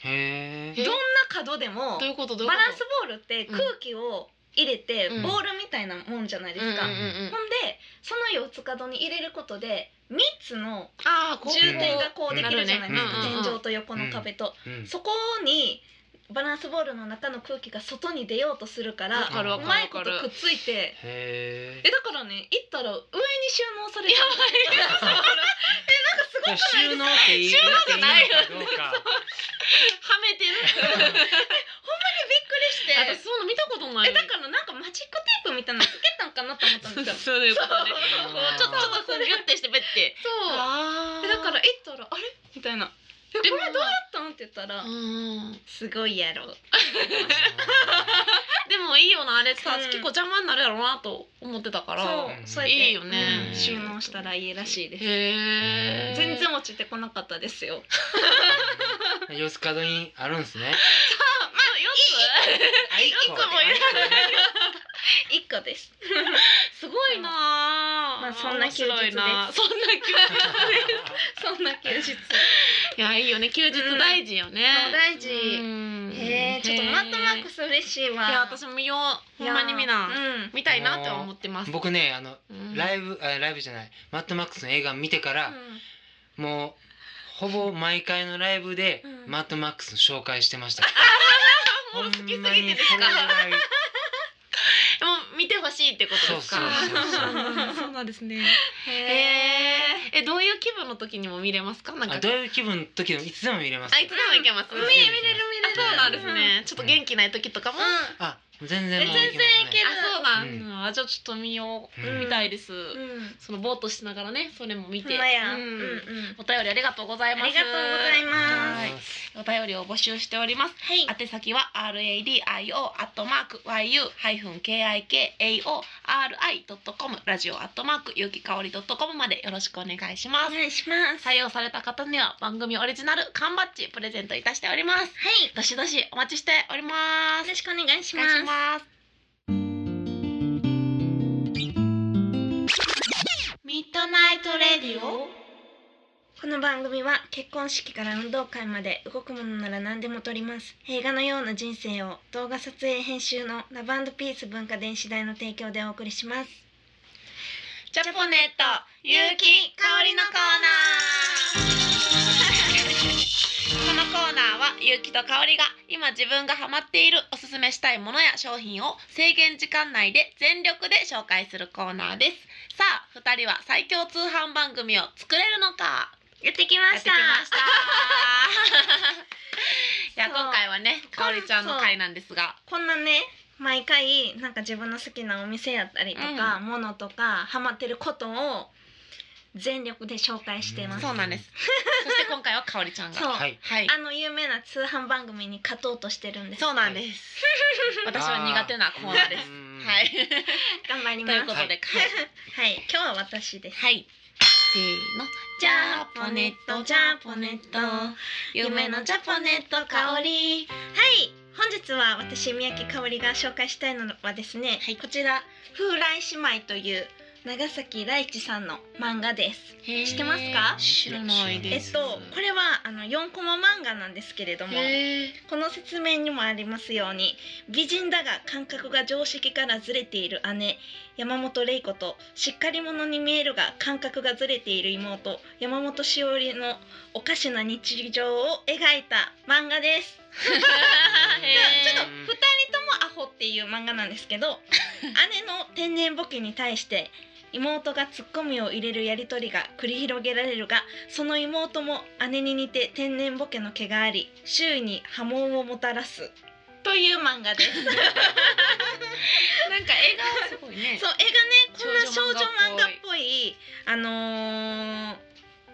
[SPEAKER 3] へ
[SPEAKER 1] ど
[SPEAKER 3] え
[SPEAKER 1] んな角でも
[SPEAKER 2] どういうことどういう
[SPEAKER 1] バ
[SPEAKER 2] こと
[SPEAKER 1] ランスボールって空気を入れて、
[SPEAKER 2] うん
[SPEAKER 1] ボールみたいなもんじゃないですか、
[SPEAKER 2] うんうんうんうん
[SPEAKER 1] ほんでその四つ角に入れることで3つの
[SPEAKER 2] あーこう
[SPEAKER 1] 重点がこうできるじゃないです
[SPEAKER 3] なる
[SPEAKER 1] か、
[SPEAKER 3] ね
[SPEAKER 1] 天井と横の壁と、
[SPEAKER 3] うん
[SPEAKER 1] そこにバランスボールの中の空気が外に出ようとするから
[SPEAKER 2] わかるわ
[SPEAKER 1] う
[SPEAKER 2] かる
[SPEAKER 1] まい
[SPEAKER 2] わ
[SPEAKER 1] こ
[SPEAKER 2] か
[SPEAKER 1] と
[SPEAKER 2] る [LAUGHS]
[SPEAKER 1] くっついて
[SPEAKER 3] へ
[SPEAKER 1] えだからね行ったら上に収納されてる
[SPEAKER 3] ばいえなんかすごくないですか収納っていい
[SPEAKER 2] 収納じゃないよ
[SPEAKER 3] っていいのかどうか
[SPEAKER 2] [LAUGHS] はめて
[SPEAKER 1] び
[SPEAKER 2] る
[SPEAKER 1] っくり
[SPEAKER 2] 私
[SPEAKER 1] して
[SPEAKER 2] そんな見たこと
[SPEAKER 1] [LAUGHS]
[SPEAKER 2] ない
[SPEAKER 1] えだからなんかマジックテープみたいなのつけたんかなと思ったん
[SPEAKER 2] そう
[SPEAKER 1] ですよ
[SPEAKER 2] そういうことね
[SPEAKER 3] そう
[SPEAKER 2] こうちょっとちょっとこうギュッてしてべって
[SPEAKER 1] そう
[SPEAKER 2] あ
[SPEAKER 1] えだから行ったらあれみたいな「えこれ
[SPEAKER 2] で
[SPEAKER 1] ど
[SPEAKER 2] も
[SPEAKER 1] うやったん?」って言ったら
[SPEAKER 2] う、ん
[SPEAKER 1] すごいやろ
[SPEAKER 2] でもいいよなあれさ
[SPEAKER 1] うん
[SPEAKER 2] 結構邪魔になるやろうなと思ってたから
[SPEAKER 1] そう、
[SPEAKER 3] うん
[SPEAKER 1] そうやって
[SPEAKER 2] いいよね
[SPEAKER 1] うん収納したらいいらしいです、
[SPEAKER 2] へえ
[SPEAKER 1] 全然落ちてこなかったです
[SPEAKER 2] [LAUGHS]
[SPEAKER 1] よ
[SPEAKER 3] うん四つ角にあるんですね
[SPEAKER 2] あまあよ
[SPEAKER 3] あ一個
[SPEAKER 2] 一個もいら
[SPEAKER 1] 一個
[SPEAKER 2] [LAUGHS]
[SPEAKER 1] です
[SPEAKER 2] つすごいなあ
[SPEAKER 1] まあそんな休日です
[SPEAKER 2] 面白いなそんな休
[SPEAKER 1] そんな休日
[SPEAKER 2] 日いやいいよね休日大事よね
[SPEAKER 1] そう大事
[SPEAKER 2] うん
[SPEAKER 1] へえちょっとマットマックス嬉しいわ
[SPEAKER 2] いや私も見ようほんまにみな
[SPEAKER 1] うん
[SPEAKER 2] 見たいなって思ってます
[SPEAKER 3] 僕ねあの
[SPEAKER 2] うん
[SPEAKER 3] ライブあライブじゃないマットマックスの映画見てからもうほぼ毎回のライブで
[SPEAKER 1] うん
[SPEAKER 3] マットマックスの紹介してました。
[SPEAKER 2] [LAUGHS] もう好きすぎて
[SPEAKER 3] ほんまにそれぐらい
[SPEAKER 2] [LAUGHS] でも見てほしいってことですか
[SPEAKER 3] そうそうそう
[SPEAKER 1] そう
[SPEAKER 2] そうなんですねへ
[SPEAKER 1] へえ
[SPEAKER 2] えどういう気分の時にも見れますかなんか
[SPEAKER 3] あどういう気分の時でもいつでも見れます
[SPEAKER 2] あ。いつでもいけます
[SPEAKER 3] う
[SPEAKER 2] 見
[SPEAKER 3] ん見
[SPEAKER 2] 見
[SPEAKER 3] れ
[SPEAKER 2] れる見れるそうなんですねちょっと元気ない時とかも
[SPEAKER 1] うん
[SPEAKER 2] あ
[SPEAKER 3] あ全然もう
[SPEAKER 1] え
[SPEAKER 3] いけま
[SPEAKER 1] 全
[SPEAKER 3] す
[SPEAKER 1] 然いけ
[SPEAKER 3] ね
[SPEAKER 1] る。
[SPEAKER 2] そうなんだあじゃあちょっと見よ
[SPEAKER 3] う
[SPEAKER 2] うん見たいです
[SPEAKER 1] うん
[SPEAKER 2] そのぼーっとしながらねそれも見
[SPEAKER 1] ほ
[SPEAKER 2] て
[SPEAKER 1] んまや
[SPEAKER 2] う
[SPEAKER 1] うんんうん
[SPEAKER 2] お便りありがとうございます
[SPEAKER 1] ありがとうございます
[SPEAKER 2] はいお便りを募集しております
[SPEAKER 1] はい
[SPEAKER 2] 宛先は RADIO アットマーク YU-KIKAORI.com ラジオアットマークゆきかおり .com までよろしくお願いしま
[SPEAKER 1] お
[SPEAKER 2] す
[SPEAKER 1] 願いしますは
[SPEAKER 2] 採用された方には番組オリジナル缶バッジプレゼントいたしておりま
[SPEAKER 1] い
[SPEAKER 2] すどしどしお待ちしておりま
[SPEAKER 1] よ
[SPEAKER 2] す
[SPEAKER 1] ろしくお願いし
[SPEAKER 2] お
[SPEAKER 1] ま
[SPEAKER 2] 願い
[SPEAKER 1] す
[SPEAKER 2] しますミッドナイトレディオ
[SPEAKER 1] この番組は結婚式から運動会まで動くものなら何でも撮ります映画のような人生を動画撮影編集のラブピース文化電子代の提供でお送りします
[SPEAKER 2] ジャポネットゆうきかおりのコーナ [LAUGHS] ーこのコーナーはゆうきとかおりが今自分がハマっているおすすめしたいものや商品を制限時間内で全力で紹介するコーナーですさあ二人は最強通販番組を作れるのか
[SPEAKER 1] やって
[SPEAKER 2] [LAUGHS]
[SPEAKER 1] きま
[SPEAKER 2] やっ
[SPEAKER 1] して
[SPEAKER 2] き
[SPEAKER 1] た
[SPEAKER 2] ましたいや
[SPEAKER 1] そう
[SPEAKER 2] 今回はねかおりちゃんの回なんですが
[SPEAKER 1] こんなね毎回なんか自分の好きなお店やったりとか、ものとかハマってることを全力で紹介してます、
[SPEAKER 2] そうなんです。そして今回はかおりちゃんが。
[SPEAKER 1] そう
[SPEAKER 3] はい
[SPEAKER 2] はい。
[SPEAKER 1] あの有名な通販番組に勝とうとしてるんです
[SPEAKER 2] そうなんです。私は苦手なコーナーです。は。
[SPEAKER 3] はい
[SPEAKER 1] 頑張り
[SPEAKER 2] と
[SPEAKER 1] ま
[SPEAKER 2] い
[SPEAKER 1] す
[SPEAKER 2] うことで、
[SPEAKER 1] はいはい今日は私です
[SPEAKER 2] はい。せーの。ジャポネット、ジャポネット、夢のジャポネット香り。
[SPEAKER 1] はい本日は私宮城香織が紹介したいのはですね、こちら風来姉妹という長崎大地さんの漫画です
[SPEAKER 2] 知
[SPEAKER 1] ってますか
[SPEAKER 2] 知らない
[SPEAKER 1] え
[SPEAKER 2] で
[SPEAKER 1] っ
[SPEAKER 2] す。
[SPEAKER 1] とこれはあの4コマ漫画なんですけれども
[SPEAKER 2] [LAUGHS] へー
[SPEAKER 1] この説明にもありますように美人だが感覚が常識からずれている姉山本玲子としっかり者に見えるが感覚がずれている妹山本しおりのおかしな日常を描いた漫画です。ちょっと2人ともアホっていう漫画なんですけ [LAUGHS] ど姉の天然ボケに対して妹がツッコミを入れるやり取りが繰り広げられるがその妹も姉に似て天然ボケの毛があり周囲に波紋をもたらすという漫画ですそう
[SPEAKER 2] なんか絵がすごいね。
[SPEAKER 1] 絵がねこんな少女漫画っぽいあのー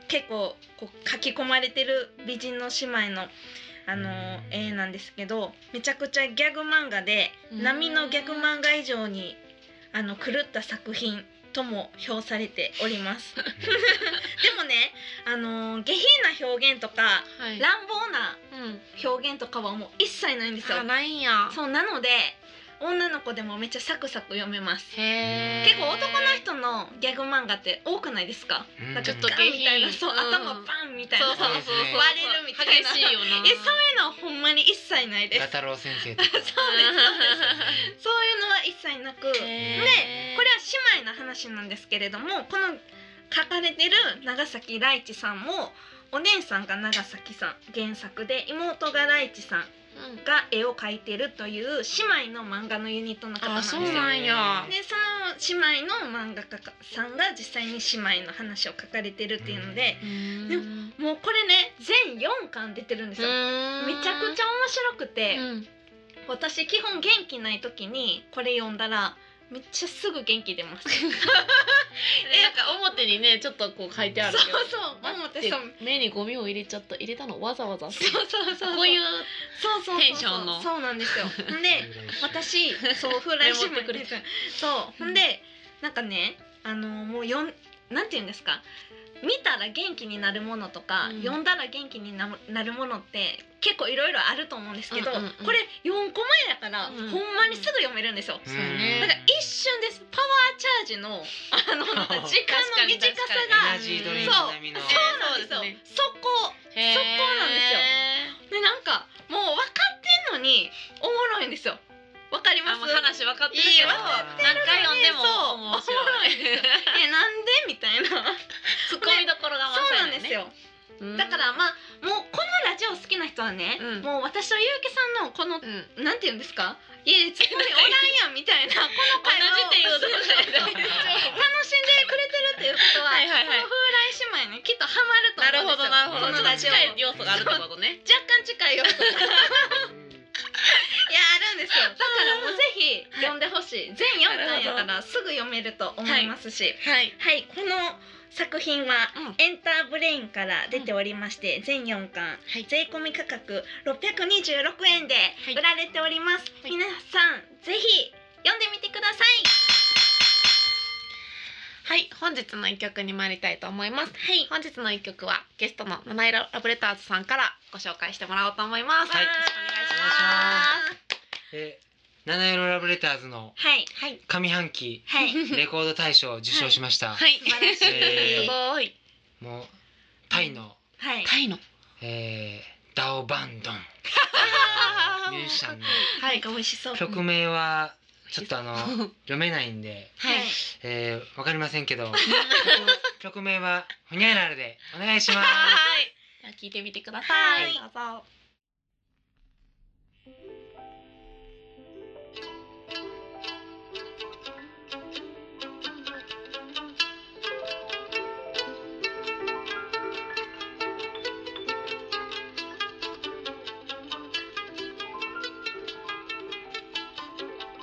[SPEAKER 1] 結構こう書き込まれてる美人の姉妹のあのー絵なんですけどめちゃくちゃギャグ漫画で
[SPEAKER 2] うん
[SPEAKER 1] 波のギャグ漫画以上にあの狂った作品とも評されており
[SPEAKER 2] [LAUGHS]
[SPEAKER 1] ます。でもね、あのー下品な表現とか
[SPEAKER 2] はい。
[SPEAKER 1] 乱暴な
[SPEAKER 2] うん。
[SPEAKER 1] 表現とかはもう一切ないんですよ
[SPEAKER 2] あ、。ないんや。
[SPEAKER 1] そうなので女の子でもめっちゃサクサク読めます。
[SPEAKER 2] へー
[SPEAKER 1] 結構男の人のギャグ漫画って多くないですか？
[SPEAKER 3] うん
[SPEAKER 1] なんか
[SPEAKER 2] [LAUGHS] ちょっと
[SPEAKER 1] ガン
[SPEAKER 2] 下品
[SPEAKER 1] みたいな、そう
[SPEAKER 2] うん
[SPEAKER 1] 頭バンみたいな。
[SPEAKER 2] そうそうそうそう
[SPEAKER 1] 割れるみたいな
[SPEAKER 2] 激しいよな
[SPEAKER 1] えそういうのはほんまに一切ないです。
[SPEAKER 3] ガ
[SPEAKER 1] そう
[SPEAKER 3] タロウ先生とか。
[SPEAKER 1] [LAUGHS] いうのは一切なく。
[SPEAKER 2] ね
[SPEAKER 1] これは姉妹の話なんですけれどもこの書かれてる長崎大地さんもお姉さんが長崎さん原作で妹が大地さんが絵を描いてるという姉妹の漫画のユニットの方なん
[SPEAKER 2] あ
[SPEAKER 1] です
[SPEAKER 2] そ
[SPEAKER 1] よ。
[SPEAKER 2] う
[SPEAKER 1] で
[SPEAKER 2] なんや
[SPEAKER 1] その姉妹の漫画家さんが実際に姉妹の話を書かれてるっていうので
[SPEAKER 2] うーん
[SPEAKER 1] でもうこれね全4巻出てるんですよ。めちゃくちゃ面白くて、
[SPEAKER 2] うん
[SPEAKER 1] 私基本元気ない時にこれ読んだらめっちゃすぐ元気出
[SPEAKER 2] [LAUGHS]
[SPEAKER 1] ます。
[SPEAKER 2] えなんか表にねちょっとこう書いてある
[SPEAKER 1] そう
[SPEAKER 2] けど
[SPEAKER 1] そう、思っ、
[SPEAKER 2] 待って
[SPEAKER 1] そう、
[SPEAKER 2] て目にゴミを入れちゃった入れたのわざわざ
[SPEAKER 1] そうそうそう、
[SPEAKER 2] [LAUGHS] こういう
[SPEAKER 1] そうそうそうそう
[SPEAKER 2] テンションの
[SPEAKER 1] そうなん
[SPEAKER 2] [LAUGHS]
[SPEAKER 1] ですよ。で、私、そう、風来
[SPEAKER 2] メモってくれ
[SPEAKER 1] 姉妹そう、ほんで、なんかね、あの、もう、よん、なんていうんですか。見たら元気になるものとか、
[SPEAKER 2] うん
[SPEAKER 1] 読んだら元気にななるものって結構いろいろあると思うんですけど、
[SPEAKER 2] うんうんうん
[SPEAKER 1] これ4個前やから、
[SPEAKER 2] うん
[SPEAKER 1] ほんまにすぐ読めるんですよ。
[SPEAKER 3] う
[SPEAKER 2] そうね
[SPEAKER 1] だから一瞬ですパワーチャージのあ
[SPEAKER 2] [LAUGHS]
[SPEAKER 1] のなんか時間の短さ
[SPEAKER 2] 確
[SPEAKER 3] エ
[SPEAKER 1] が
[SPEAKER 2] か
[SPEAKER 3] ナジードリンク
[SPEAKER 1] そう
[SPEAKER 3] 並みの。
[SPEAKER 1] そうなんですよ。
[SPEAKER 2] そうです
[SPEAKER 1] そこ
[SPEAKER 2] へー
[SPEAKER 1] そこなんですよでなんかもう分かってんのにおもろいんですよわかりま
[SPEAKER 2] あ
[SPEAKER 1] す
[SPEAKER 2] もう話分かってる
[SPEAKER 1] いい
[SPEAKER 2] から
[SPEAKER 1] わ
[SPEAKER 2] 何回読んでも
[SPEAKER 1] そう
[SPEAKER 2] 面白い
[SPEAKER 1] [LAUGHS] えなんでみたい [LAUGHS] な
[SPEAKER 2] [LAUGHS] ツッコミどころが
[SPEAKER 1] そうなん
[SPEAKER 2] 満載
[SPEAKER 1] です
[SPEAKER 2] だよね
[SPEAKER 1] よだからまあもうこのラジオ好きな人はね、
[SPEAKER 2] うん
[SPEAKER 1] もう私とゆうきさんのこの
[SPEAKER 2] うんうん
[SPEAKER 1] なんて言うんですかいやツッコミおらんやんみたい [LAUGHS] なこの
[SPEAKER 2] 同
[SPEAKER 1] 会話を
[SPEAKER 2] じっていうどうした
[SPEAKER 1] [LAUGHS]
[SPEAKER 2] らいいんだろ
[SPEAKER 1] 楽
[SPEAKER 2] う
[SPEAKER 1] しんでくれてるっていうことは
[SPEAKER 2] はいはいはい
[SPEAKER 1] この風来姉妹ねきっとハマると
[SPEAKER 2] なる
[SPEAKER 1] 思う
[SPEAKER 2] ほ
[SPEAKER 1] んです
[SPEAKER 2] ど
[SPEAKER 1] よ
[SPEAKER 2] なるほ
[SPEAKER 1] こ
[SPEAKER 2] どち
[SPEAKER 1] の
[SPEAKER 2] ょっ
[SPEAKER 1] ラ
[SPEAKER 2] と
[SPEAKER 1] ジオ
[SPEAKER 2] 近い要素があるってことね
[SPEAKER 1] 若干近 [LAUGHS] いよいやあるんですよだからもうぜひ読んでほしい、全4巻やからすぐ読めると思いますし
[SPEAKER 2] [LAUGHS] はい
[SPEAKER 1] はい、この作品は
[SPEAKER 2] うん
[SPEAKER 1] エンターブレインから出ておりまして、全4巻、
[SPEAKER 2] はい
[SPEAKER 1] 税込み価格626円で
[SPEAKER 2] はい
[SPEAKER 1] 売られております、
[SPEAKER 2] はい
[SPEAKER 1] 皆さんぜひ読んでみてください
[SPEAKER 2] はい、本日の一曲に参りたいと思います。はい、本日の一曲はゲストの七色ラブレターズさんからご紹介してもらおうと思います。
[SPEAKER 3] はい
[SPEAKER 2] よろしく
[SPEAKER 3] え七色ラブレターズの
[SPEAKER 1] はい
[SPEAKER 2] お願いし
[SPEAKER 3] 上半期
[SPEAKER 1] はい
[SPEAKER 3] レコード大賞を受賞しました。
[SPEAKER 2] ます。はい、
[SPEAKER 1] 素晴らしい
[SPEAKER 2] すごい。
[SPEAKER 3] もうタイの、
[SPEAKER 1] はい
[SPEAKER 2] タイの。
[SPEAKER 3] えー、ダオバンドンミュージシャンの
[SPEAKER 2] は
[SPEAKER 1] なん
[SPEAKER 2] い、
[SPEAKER 1] か美味しそう
[SPEAKER 3] 曲名はちょっとあ
[SPEAKER 2] [LAUGHS]
[SPEAKER 3] の
[SPEAKER 2] はい、
[SPEAKER 3] 読めないんで、
[SPEAKER 1] はい
[SPEAKER 3] えー、わかりませんけ
[SPEAKER 2] [LAUGHS]
[SPEAKER 3] ど曲曲名はホニャララでお願いします。
[SPEAKER 2] はい、では聞いてみてください。
[SPEAKER 1] はい
[SPEAKER 2] どうぞ。
[SPEAKER 4] 「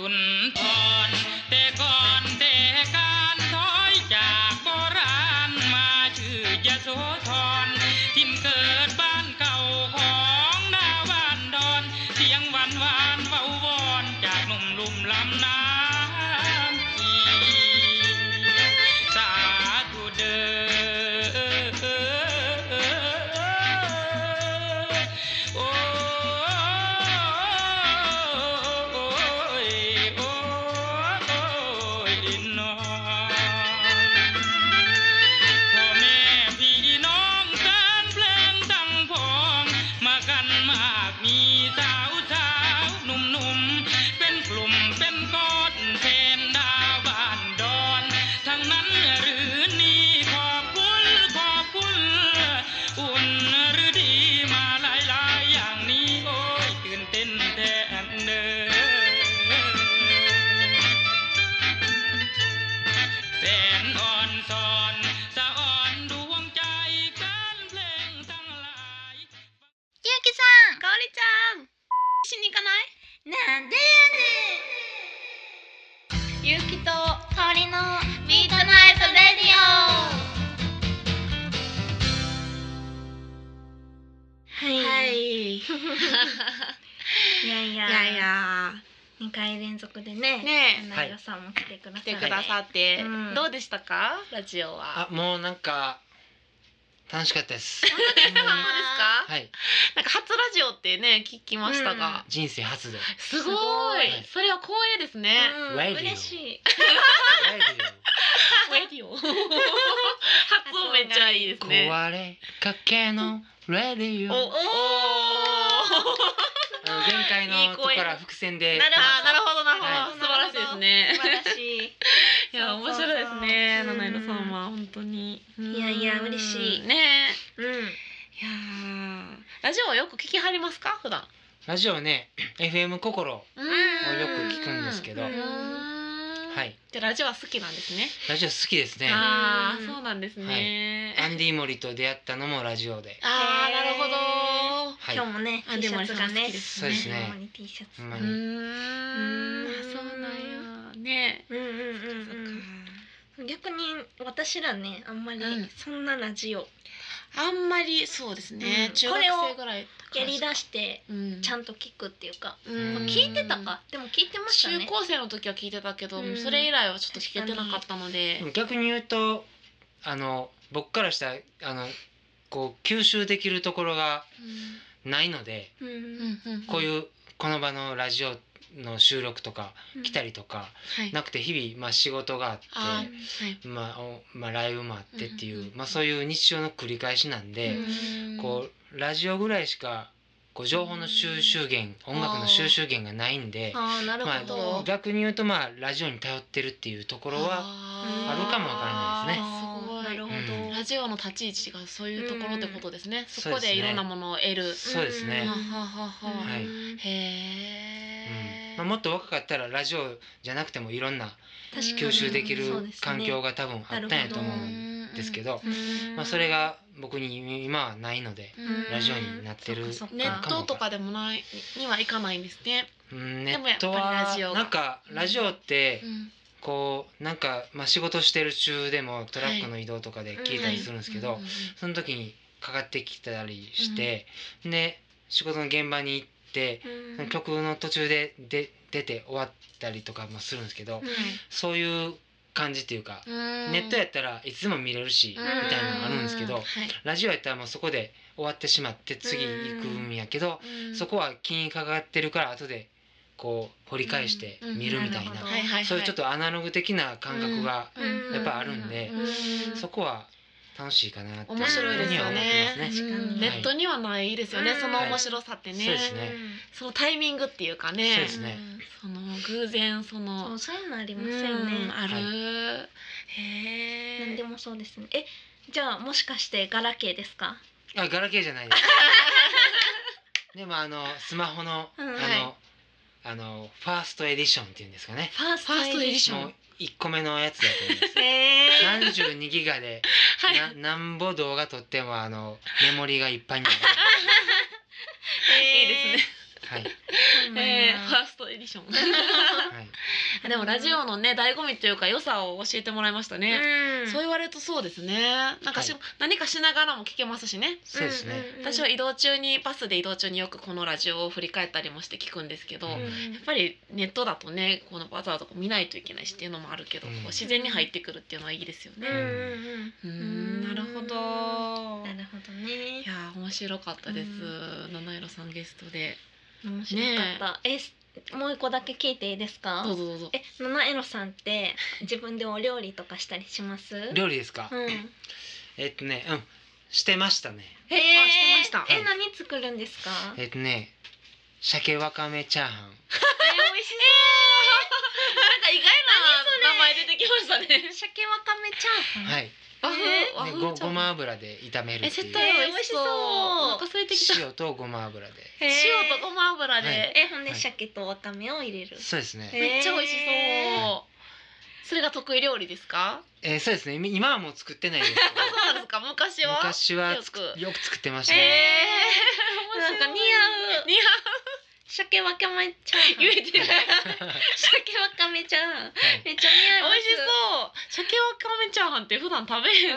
[SPEAKER 4] สุนทรแต่ก่อนแต่การถอยจากโบราณมาชื่อยะโสธรทิมเกิดบ้านเก่าของดาบ้านดอนเสียงหวานหวานเบาบอนจากหนุ่มลุ่มลำน้ำอีสาธุเด้อ โอ้ยโอ้ยน้องพ่อแม่พี่น้องการเพลงตั้งพองมากันมากมีสาวสาวหนุ่มหนุ่มเป็นกลุ่มเป็นก้อนเทนดาบ้านดอน ทั้งนั้นหรือนี่ขอบคุณขอบคุณ อุ่นหรือดีมาหลายหลายๆอย่างนี้โอ้ยตื่นเต้นแทนเด้อแสนอ่อนสอนสะอ่อนดวงใจการเพลงทั้งหลาย
[SPEAKER 1] ゆうきさんかおりちゃんしに行かないなんでやねんゆうきとかおりのミートナイトレディオは、
[SPEAKER 2] はいい。い
[SPEAKER 1] やいや
[SPEAKER 2] やいや。
[SPEAKER 1] 2回連続でね
[SPEAKER 2] ね
[SPEAKER 1] 花代さんも来てくださ
[SPEAKER 2] え、来てくださって、
[SPEAKER 1] うん
[SPEAKER 2] どうでしたか、ラジオは。
[SPEAKER 3] あもうなんか楽しかったです
[SPEAKER 2] 本当ですか。
[SPEAKER 3] はい
[SPEAKER 2] なんか初ラジオってね、聞きましたが。
[SPEAKER 3] 人生初で
[SPEAKER 2] す
[SPEAKER 1] す
[SPEAKER 2] ご
[SPEAKER 1] ご
[SPEAKER 2] い
[SPEAKER 3] い。
[SPEAKER 2] それは光栄ですね。
[SPEAKER 1] うん
[SPEAKER 3] ラジオ
[SPEAKER 1] 嬉しい
[SPEAKER 3] ライブよ
[SPEAKER 2] レ [LAUGHS] ディオ。発音めっちゃいいです [LAUGHS] ね。
[SPEAKER 3] 壊れかけのレディ
[SPEAKER 2] お
[SPEAKER 3] オ
[SPEAKER 2] お
[SPEAKER 3] あの前
[SPEAKER 2] い
[SPEAKER 3] 回
[SPEAKER 2] い
[SPEAKER 3] のとこ
[SPEAKER 2] 声
[SPEAKER 3] から伏線で
[SPEAKER 1] なる
[SPEAKER 2] あーなるほどなる
[SPEAKER 3] は
[SPEAKER 2] ほど素晴らしいですね
[SPEAKER 1] 素晴らしい
[SPEAKER 2] いや面白いですね
[SPEAKER 1] そうそうそう
[SPEAKER 2] 七色さんは本当にい
[SPEAKER 1] やいや嬉しい
[SPEAKER 2] ね
[SPEAKER 1] うん
[SPEAKER 2] えいやーラジオはよく聞きはりますか普段
[SPEAKER 3] ラジオね FM 心をよ
[SPEAKER 2] うん
[SPEAKER 3] く聞くんですけど
[SPEAKER 1] う
[SPEAKER 3] は
[SPEAKER 1] ん
[SPEAKER 3] い
[SPEAKER 2] じゃあラジオは好きなんですね。
[SPEAKER 3] ラジオ好きですね
[SPEAKER 2] ああ
[SPEAKER 1] うん
[SPEAKER 2] そうなんですね。
[SPEAKER 3] アンディモリと出会ったのもラジオで
[SPEAKER 2] ああなるほど。
[SPEAKER 3] はい
[SPEAKER 1] 今日もね、
[SPEAKER 2] あ
[SPEAKER 1] T シ
[SPEAKER 2] でも
[SPEAKER 1] ャツがね、
[SPEAKER 2] 好きです
[SPEAKER 3] ねそうですね
[SPEAKER 1] 主に T シャツ。うん
[SPEAKER 3] ほ
[SPEAKER 1] ん
[SPEAKER 3] ま
[SPEAKER 2] う
[SPEAKER 3] に
[SPEAKER 2] ーんそうなんやね。
[SPEAKER 1] うんうんうん。逆に私らね、あんまり
[SPEAKER 2] うん
[SPEAKER 1] そんなラジオ
[SPEAKER 2] あんまりそうですね。
[SPEAKER 1] うん
[SPEAKER 2] 中学生ぐらい
[SPEAKER 1] やり
[SPEAKER 2] だ
[SPEAKER 1] だしてちゃんと聞くっていうか、
[SPEAKER 3] うん
[SPEAKER 1] 聞いてたか、でも聞いてました
[SPEAKER 2] 中
[SPEAKER 1] ね。
[SPEAKER 2] 高生の時は聞いてたけど、
[SPEAKER 1] うん
[SPEAKER 2] それ以来はちょっと聞けてなかったので
[SPEAKER 3] でも逆に言うとあの僕からしたらあのこう吸収できるところがないので
[SPEAKER 1] うん
[SPEAKER 3] こう
[SPEAKER 2] う
[SPEAKER 3] いうこの場のラジオの収録とか
[SPEAKER 1] うん
[SPEAKER 3] 来たりとか
[SPEAKER 2] はい
[SPEAKER 3] なくて日々まあ仕事が
[SPEAKER 2] あ
[SPEAKER 3] あってまあおまあライブもあってって
[SPEAKER 2] うんうん
[SPEAKER 3] いううんまあそういう日常の繰り返しなんでこうラジオぐらいしかこう情報の収集源音楽の収集源がないんで
[SPEAKER 1] ああ、なる
[SPEAKER 3] ま
[SPEAKER 1] ほど
[SPEAKER 3] あ。逆に言うとまあラジオに頼ってるっていうところは
[SPEAKER 2] あ
[SPEAKER 1] あるか
[SPEAKER 3] もわからないです
[SPEAKER 1] ね
[SPEAKER 2] すご
[SPEAKER 1] な
[SPEAKER 2] い
[SPEAKER 1] るほ
[SPEAKER 3] うん
[SPEAKER 2] ラジオの立ち位置がそういうところってことですね。そ
[SPEAKER 3] そう
[SPEAKER 2] こ
[SPEAKER 3] ですね
[SPEAKER 2] でいろんなものを得る。
[SPEAKER 3] そうです
[SPEAKER 2] は
[SPEAKER 3] ね
[SPEAKER 2] は
[SPEAKER 1] うん
[SPEAKER 2] はは
[SPEAKER 1] うん
[SPEAKER 3] はい
[SPEAKER 2] へえ。
[SPEAKER 3] まあ、もっと若かったらラジオじゃなくてもいろんな
[SPEAKER 1] 確かに
[SPEAKER 3] 吸収できる
[SPEAKER 1] そうですね
[SPEAKER 3] 環境が多分あったんやと思
[SPEAKER 1] なるほ
[SPEAKER 3] うんですけ
[SPEAKER 2] ど、
[SPEAKER 3] ど、まあ、それが僕に今はないので
[SPEAKER 1] うん
[SPEAKER 3] ラジオになってる
[SPEAKER 1] そうかそう
[SPEAKER 2] ネッ
[SPEAKER 1] か
[SPEAKER 2] トとかでもないにはいかないんですね。
[SPEAKER 3] うんネ
[SPEAKER 2] でもや
[SPEAKER 3] ッ
[SPEAKER 2] っぱり
[SPEAKER 3] ト
[SPEAKER 2] ラ
[SPEAKER 3] は
[SPEAKER 2] ジオが
[SPEAKER 3] なんかラジオって
[SPEAKER 2] うん
[SPEAKER 3] こうなんかまあ仕事してる中でもトラックの移動とかで聞いたりするんですけ
[SPEAKER 2] う
[SPEAKER 3] ど
[SPEAKER 2] んうん
[SPEAKER 3] その時にかかってきたりしてで仕事の現場に行って
[SPEAKER 1] うん
[SPEAKER 3] 曲の途中でで出て終わったりとかもするんですけどそういう感じっていうか
[SPEAKER 2] うん
[SPEAKER 3] ネットやったらいつでも見れるし、
[SPEAKER 2] うん
[SPEAKER 1] みたいなのあ
[SPEAKER 3] るんですけど
[SPEAKER 2] はい
[SPEAKER 3] ラジオやったらもうそこで終わってしまって次行くんやけど、そこは気にかかってるから後でこう掘り返して見るみたいな、
[SPEAKER 1] うんうん
[SPEAKER 2] はいはい
[SPEAKER 3] そういうちょっ
[SPEAKER 2] と
[SPEAKER 3] とアナログ的な感覚が
[SPEAKER 1] やっぱあ
[SPEAKER 3] るんで
[SPEAKER 1] うん
[SPEAKER 3] そこは楽しいかなって
[SPEAKER 2] 面白いですよね
[SPEAKER 3] ふうには思ってますね。
[SPEAKER 1] 確か
[SPEAKER 2] うん
[SPEAKER 1] に
[SPEAKER 2] ネットにはないですよね、
[SPEAKER 1] うん
[SPEAKER 2] その面白さってね、
[SPEAKER 3] はいそうですね
[SPEAKER 2] そのタイミングっていうかね
[SPEAKER 3] そうですね
[SPEAKER 2] その偶然そ
[SPEAKER 1] そ
[SPEAKER 2] の
[SPEAKER 1] う、そういうのあり
[SPEAKER 2] う
[SPEAKER 1] ますよ
[SPEAKER 2] ん
[SPEAKER 1] ね。
[SPEAKER 2] ある、
[SPEAKER 3] は
[SPEAKER 2] へ
[SPEAKER 1] な
[SPEAKER 2] え
[SPEAKER 1] んでもそうですね。え、じゃあもしかしてガラケーですか？
[SPEAKER 3] あガラケーじゃないです。でもあのスマホの、
[SPEAKER 1] うん
[SPEAKER 3] あの、
[SPEAKER 1] はい
[SPEAKER 3] あのファーストエディションっていうんですかね。
[SPEAKER 1] ファース
[SPEAKER 2] ファーストエディショ
[SPEAKER 3] も
[SPEAKER 2] ン
[SPEAKER 3] う一個目のやつだと思います。
[SPEAKER 1] え
[SPEAKER 2] [LAUGHS]
[SPEAKER 1] ー
[SPEAKER 3] 三十二ギガで、
[SPEAKER 2] はい
[SPEAKER 3] ななんぼ動画撮ってもあのメモリがいっぱいになる。
[SPEAKER 1] えー
[SPEAKER 2] いいですね、
[SPEAKER 3] はい。
[SPEAKER 2] [LAUGHS]
[SPEAKER 1] そうなんや
[SPEAKER 2] えーファーストエディミション
[SPEAKER 3] はい、
[SPEAKER 2] あ [LAUGHS] でもラジオのね醍醐味というか良さを教えてもらいましたね、
[SPEAKER 1] うん
[SPEAKER 2] そう言われるとそうですねなんかし、
[SPEAKER 3] は
[SPEAKER 2] 何かしながらも聞けますしね
[SPEAKER 3] そうですね、
[SPEAKER 1] うん
[SPEAKER 2] 私は移動中にバスで移動中によくこのラジオを振り返ったりもして聞くんですけど、
[SPEAKER 3] う
[SPEAKER 1] うん
[SPEAKER 2] やっ
[SPEAKER 1] ん
[SPEAKER 2] ぱりネットだとねこのわざわざこう見ないといけないしっていうのもあるけど、
[SPEAKER 3] うん
[SPEAKER 2] こう自然に入ってくるっていうのはいいですよね。
[SPEAKER 1] うんうん
[SPEAKER 2] うーんなるほど
[SPEAKER 1] うん。なるほどね
[SPEAKER 2] いやー面白かったです。
[SPEAKER 1] う
[SPEAKER 2] 七色さんゲストで。
[SPEAKER 1] 面白かった、えすもう一個だけ聞いていいですか
[SPEAKER 2] どうぞどうぞ。
[SPEAKER 1] え七エロさんって自分でお料理とかしたりします
[SPEAKER 3] 料理ですか、
[SPEAKER 1] うん、
[SPEAKER 3] えっとねうんしてましたね
[SPEAKER 1] へ
[SPEAKER 2] あしてました
[SPEAKER 1] え何作るんですかえ
[SPEAKER 3] えっとね鮭わかめチャーハン
[SPEAKER 1] 美味し
[SPEAKER 2] なんか意外な名前出てきましたね。
[SPEAKER 1] そう鮭わかめチャーハン、、
[SPEAKER 3] はいい、
[SPEAKER 1] え
[SPEAKER 2] 和 [LAUGHS] 風和風
[SPEAKER 3] ね、ご
[SPEAKER 2] ちゃん
[SPEAKER 3] ごま油で炒める
[SPEAKER 2] え
[SPEAKER 3] ってい
[SPEAKER 2] 絶
[SPEAKER 3] う
[SPEAKER 2] 対美味しそう。
[SPEAKER 1] えー
[SPEAKER 2] お腹空いてきた。
[SPEAKER 3] 塩とごま油で
[SPEAKER 2] 塩とごま油で。
[SPEAKER 3] はい
[SPEAKER 1] えほんで
[SPEAKER 3] はい
[SPEAKER 1] 鮭とわかめを入れる、
[SPEAKER 3] そうですね
[SPEAKER 1] え
[SPEAKER 2] めっちゃ美味しそう。
[SPEAKER 1] へ
[SPEAKER 2] それが得意料理ですか？
[SPEAKER 3] えー、そうですねみ今はもう作ってないですけ
[SPEAKER 2] あそうなんですか。昔 [LAUGHS]
[SPEAKER 3] ど
[SPEAKER 2] は。
[SPEAKER 3] 昔は
[SPEAKER 2] よ
[SPEAKER 3] つ
[SPEAKER 2] く
[SPEAKER 3] くよく作ってました
[SPEAKER 2] え
[SPEAKER 3] ね、
[SPEAKER 2] え
[SPEAKER 1] なんか似合う
[SPEAKER 2] 似合
[SPEAKER 1] 鮭わかめチャーハン
[SPEAKER 2] う。
[SPEAKER 1] [LAUGHS]
[SPEAKER 2] [LAUGHS] 言えてない。
[SPEAKER 3] [LAUGHS] はい
[SPEAKER 1] 鮭わかめチャーハンめっちゃ
[SPEAKER 2] 美
[SPEAKER 1] 似合います
[SPEAKER 2] 味しそう。鮭わかめチャーハンって普段食べへん
[SPEAKER 1] う
[SPEAKER 2] よ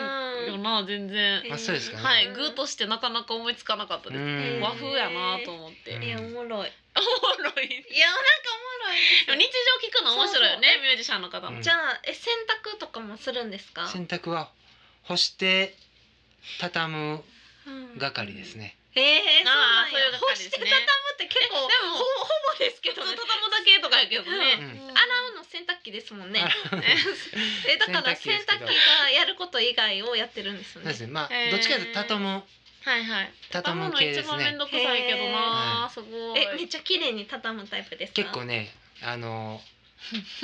[SPEAKER 1] ん
[SPEAKER 2] な全然。
[SPEAKER 1] え
[SPEAKER 3] あそうですかね、
[SPEAKER 2] はい、
[SPEAKER 1] うん
[SPEAKER 2] 具としてなかなか思いつかなかった
[SPEAKER 3] う
[SPEAKER 2] です。
[SPEAKER 1] うん
[SPEAKER 3] ん
[SPEAKER 2] 和風やなと思っ
[SPEAKER 3] う
[SPEAKER 2] て
[SPEAKER 3] ん。
[SPEAKER 1] いやおもろい
[SPEAKER 2] おもろい。で
[SPEAKER 1] いやなんかおもろいです
[SPEAKER 2] も日常聞くの面白いよね
[SPEAKER 1] そうそう、
[SPEAKER 2] ミュージシャンの方も
[SPEAKER 3] うん。
[SPEAKER 1] じゃあえ洗濯とかもするんですか？
[SPEAKER 3] 洗濯は干して畳む
[SPEAKER 1] うん
[SPEAKER 3] 係ですね、
[SPEAKER 1] ええそう
[SPEAKER 2] あ
[SPEAKER 1] な
[SPEAKER 2] あ
[SPEAKER 1] ん
[SPEAKER 2] そういう
[SPEAKER 1] や。干
[SPEAKER 2] 係で
[SPEAKER 1] し
[SPEAKER 2] す
[SPEAKER 1] て
[SPEAKER 2] ね
[SPEAKER 1] 畳むって結構
[SPEAKER 2] えでも
[SPEAKER 1] ほほぼですけ
[SPEAKER 2] 普
[SPEAKER 1] ど
[SPEAKER 2] 通畳
[SPEAKER 1] ね。
[SPEAKER 2] むだけとかやけど
[SPEAKER 3] う
[SPEAKER 2] ね。
[SPEAKER 3] ん
[SPEAKER 1] 洗うの洗濯機ですもんね
[SPEAKER 3] あ。
[SPEAKER 1] えだから洗濯
[SPEAKER 3] 洗濯
[SPEAKER 1] 機
[SPEAKER 3] 機ですけど
[SPEAKER 1] がやること以外をやってるんですよ
[SPEAKER 3] そう
[SPEAKER 1] ね
[SPEAKER 3] で。すねまあ、
[SPEAKER 2] へー
[SPEAKER 3] どっちかというと畳む
[SPEAKER 2] はいはい。
[SPEAKER 3] 畳
[SPEAKER 2] 畳む
[SPEAKER 3] む
[SPEAKER 2] の
[SPEAKER 3] 系で
[SPEAKER 2] 一
[SPEAKER 3] す
[SPEAKER 2] 番面
[SPEAKER 3] ね
[SPEAKER 2] 倒くさいけどな。すごい。
[SPEAKER 1] えめっちゃ綺麗に畳むタイプですか？
[SPEAKER 3] 結構ねあの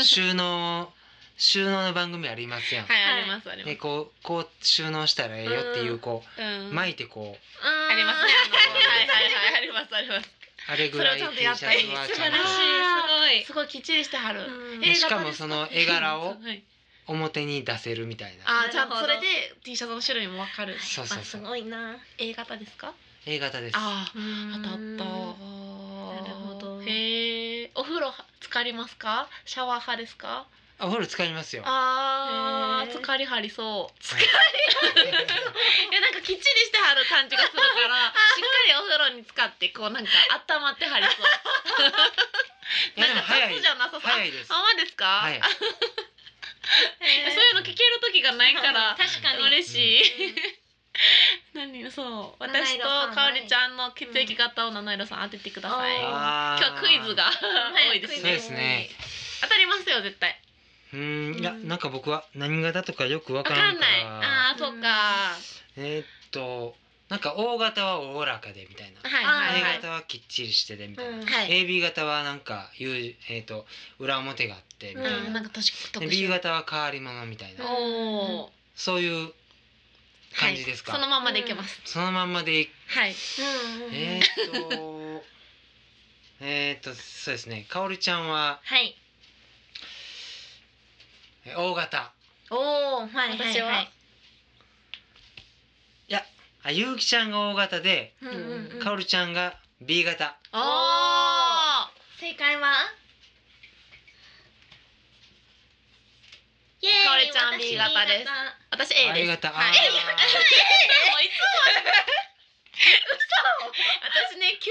[SPEAKER 3] 収納収納の番組ありますやん、
[SPEAKER 2] はい
[SPEAKER 1] はい
[SPEAKER 2] ありますありま。
[SPEAKER 3] ですこうこう収納したらええよっていううんこ
[SPEAKER 2] うん
[SPEAKER 3] う巻いてこう
[SPEAKER 1] あ
[SPEAKER 2] ありますね。あのはいはいはいありますあります。
[SPEAKER 3] あれぐらい
[SPEAKER 2] そ
[SPEAKER 3] T
[SPEAKER 2] れをちゃんと
[SPEAKER 3] シ
[SPEAKER 2] や
[SPEAKER 3] ャ
[SPEAKER 2] っ
[SPEAKER 3] ツ
[SPEAKER 2] たり
[SPEAKER 3] は
[SPEAKER 1] 素
[SPEAKER 3] ち
[SPEAKER 1] 晴
[SPEAKER 3] ゃん
[SPEAKER 1] ら
[SPEAKER 3] と
[SPEAKER 1] しいす
[SPEAKER 2] すごいきっちりしてはる。
[SPEAKER 1] ごい。
[SPEAKER 2] え
[SPEAKER 1] え
[SPEAKER 2] ー
[SPEAKER 3] ねしかもその絵柄を
[SPEAKER 2] はい
[SPEAKER 3] 表に出せるみたいな
[SPEAKER 2] あーじゃ
[SPEAKER 1] なるほ
[SPEAKER 2] あ
[SPEAKER 1] ど
[SPEAKER 2] それで T シャツの種類もわかる。
[SPEAKER 3] そうそう
[SPEAKER 1] あ
[SPEAKER 3] そ
[SPEAKER 1] す
[SPEAKER 3] う
[SPEAKER 1] ごいな。
[SPEAKER 2] A 型ですか？
[SPEAKER 3] A 型です
[SPEAKER 2] ああ当
[SPEAKER 1] 当
[SPEAKER 2] たった。
[SPEAKER 1] なるほど
[SPEAKER 2] へえ。お風呂は浸かりますか？シャワー派ですか？
[SPEAKER 3] あお風呂使いますよ [LAUGHS]
[SPEAKER 2] あ
[SPEAKER 1] へ
[SPEAKER 2] あ
[SPEAKER 1] ー
[SPEAKER 2] 浸かりはりそう。
[SPEAKER 3] はい
[SPEAKER 2] いやなんかきっちりしてはる感じがするから [LAUGHS] しっかりお風呂に浸かってこうなんか温まってはりそう。
[SPEAKER 3] いや
[SPEAKER 2] [LAUGHS] な
[SPEAKER 3] で
[SPEAKER 2] ん
[SPEAKER 3] も
[SPEAKER 2] か
[SPEAKER 3] 早い
[SPEAKER 2] 雑じゃなさそう。
[SPEAKER 3] 早いです
[SPEAKER 2] あ、まですか？
[SPEAKER 3] はい
[SPEAKER 2] そういうの聞ける時がない [LAUGHS] から
[SPEAKER 1] 確かに。
[SPEAKER 2] 嬉しい。
[SPEAKER 1] うん
[SPEAKER 2] 何そう
[SPEAKER 1] 七
[SPEAKER 2] 私
[SPEAKER 1] 色
[SPEAKER 2] と
[SPEAKER 1] さん
[SPEAKER 2] かおりちゃんの血液型を七色さん当ててください、
[SPEAKER 1] うん
[SPEAKER 2] 今
[SPEAKER 3] あ
[SPEAKER 2] 日はクイズが多いです
[SPEAKER 3] そう
[SPEAKER 2] ね
[SPEAKER 3] ですね
[SPEAKER 2] 当たりますよ絶対
[SPEAKER 3] うーんいや
[SPEAKER 1] うん
[SPEAKER 3] なんか僕は何型とかよくわ
[SPEAKER 2] わ
[SPEAKER 3] から
[SPEAKER 2] か
[SPEAKER 3] ん
[SPEAKER 2] ん
[SPEAKER 3] か
[SPEAKER 2] ない
[SPEAKER 3] ら
[SPEAKER 2] あーそうか、
[SPEAKER 3] えーっとなんか O 型はおおらかでみたいな
[SPEAKER 2] はいはいはい
[SPEAKER 3] A 型はきっちりしててみたいな、
[SPEAKER 1] うん
[SPEAKER 2] はい
[SPEAKER 3] AB 型はなんかゆうえーっと裏表があってみたいな
[SPEAKER 1] う、ん
[SPEAKER 2] なんか特殊
[SPEAKER 3] で B 型は変わり者みたいな
[SPEAKER 1] うん
[SPEAKER 2] おお
[SPEAKER 3] そういう感じですか、
[SPEAKER 2] そのまんまでいけます、
[SPEAKER 3] そのまんまでい
[SPEAKER 2] はい
[SPEAKER 1] うんうんうん
[SPEAKER 3] えーっと [LAUGHS] えーっとそうですねかおりちゃんは
[SPEAKER 1] はい。
[SPEAKER 3] え O 型
[SPEAKER 1] おお、はい、
[SPEAKER 2] 私は
[SPEAKER 1] はい
[SPEAKER 3] あゆうきちゃんが O 型で
[SPEAKER 1] はいうんうんうん
[SPEAKER 3] かおりちゃんが B 型
[SPEAKER 2] お
[SPEAKER 1] お正解は。イエーイ
[SPEAKER 2] かおりちゃん
[SPEAKER 1] 私
[SPEAKER 2] B 型です
[SPEAKER 1] B 型
[SPEAKER 2] 私 A です
[SPEAKER 3] A 型
[SPEAKER 2] はい、A
[SPEAKER 3] あー
[SPEAKER 2] 型もういつも私ね90%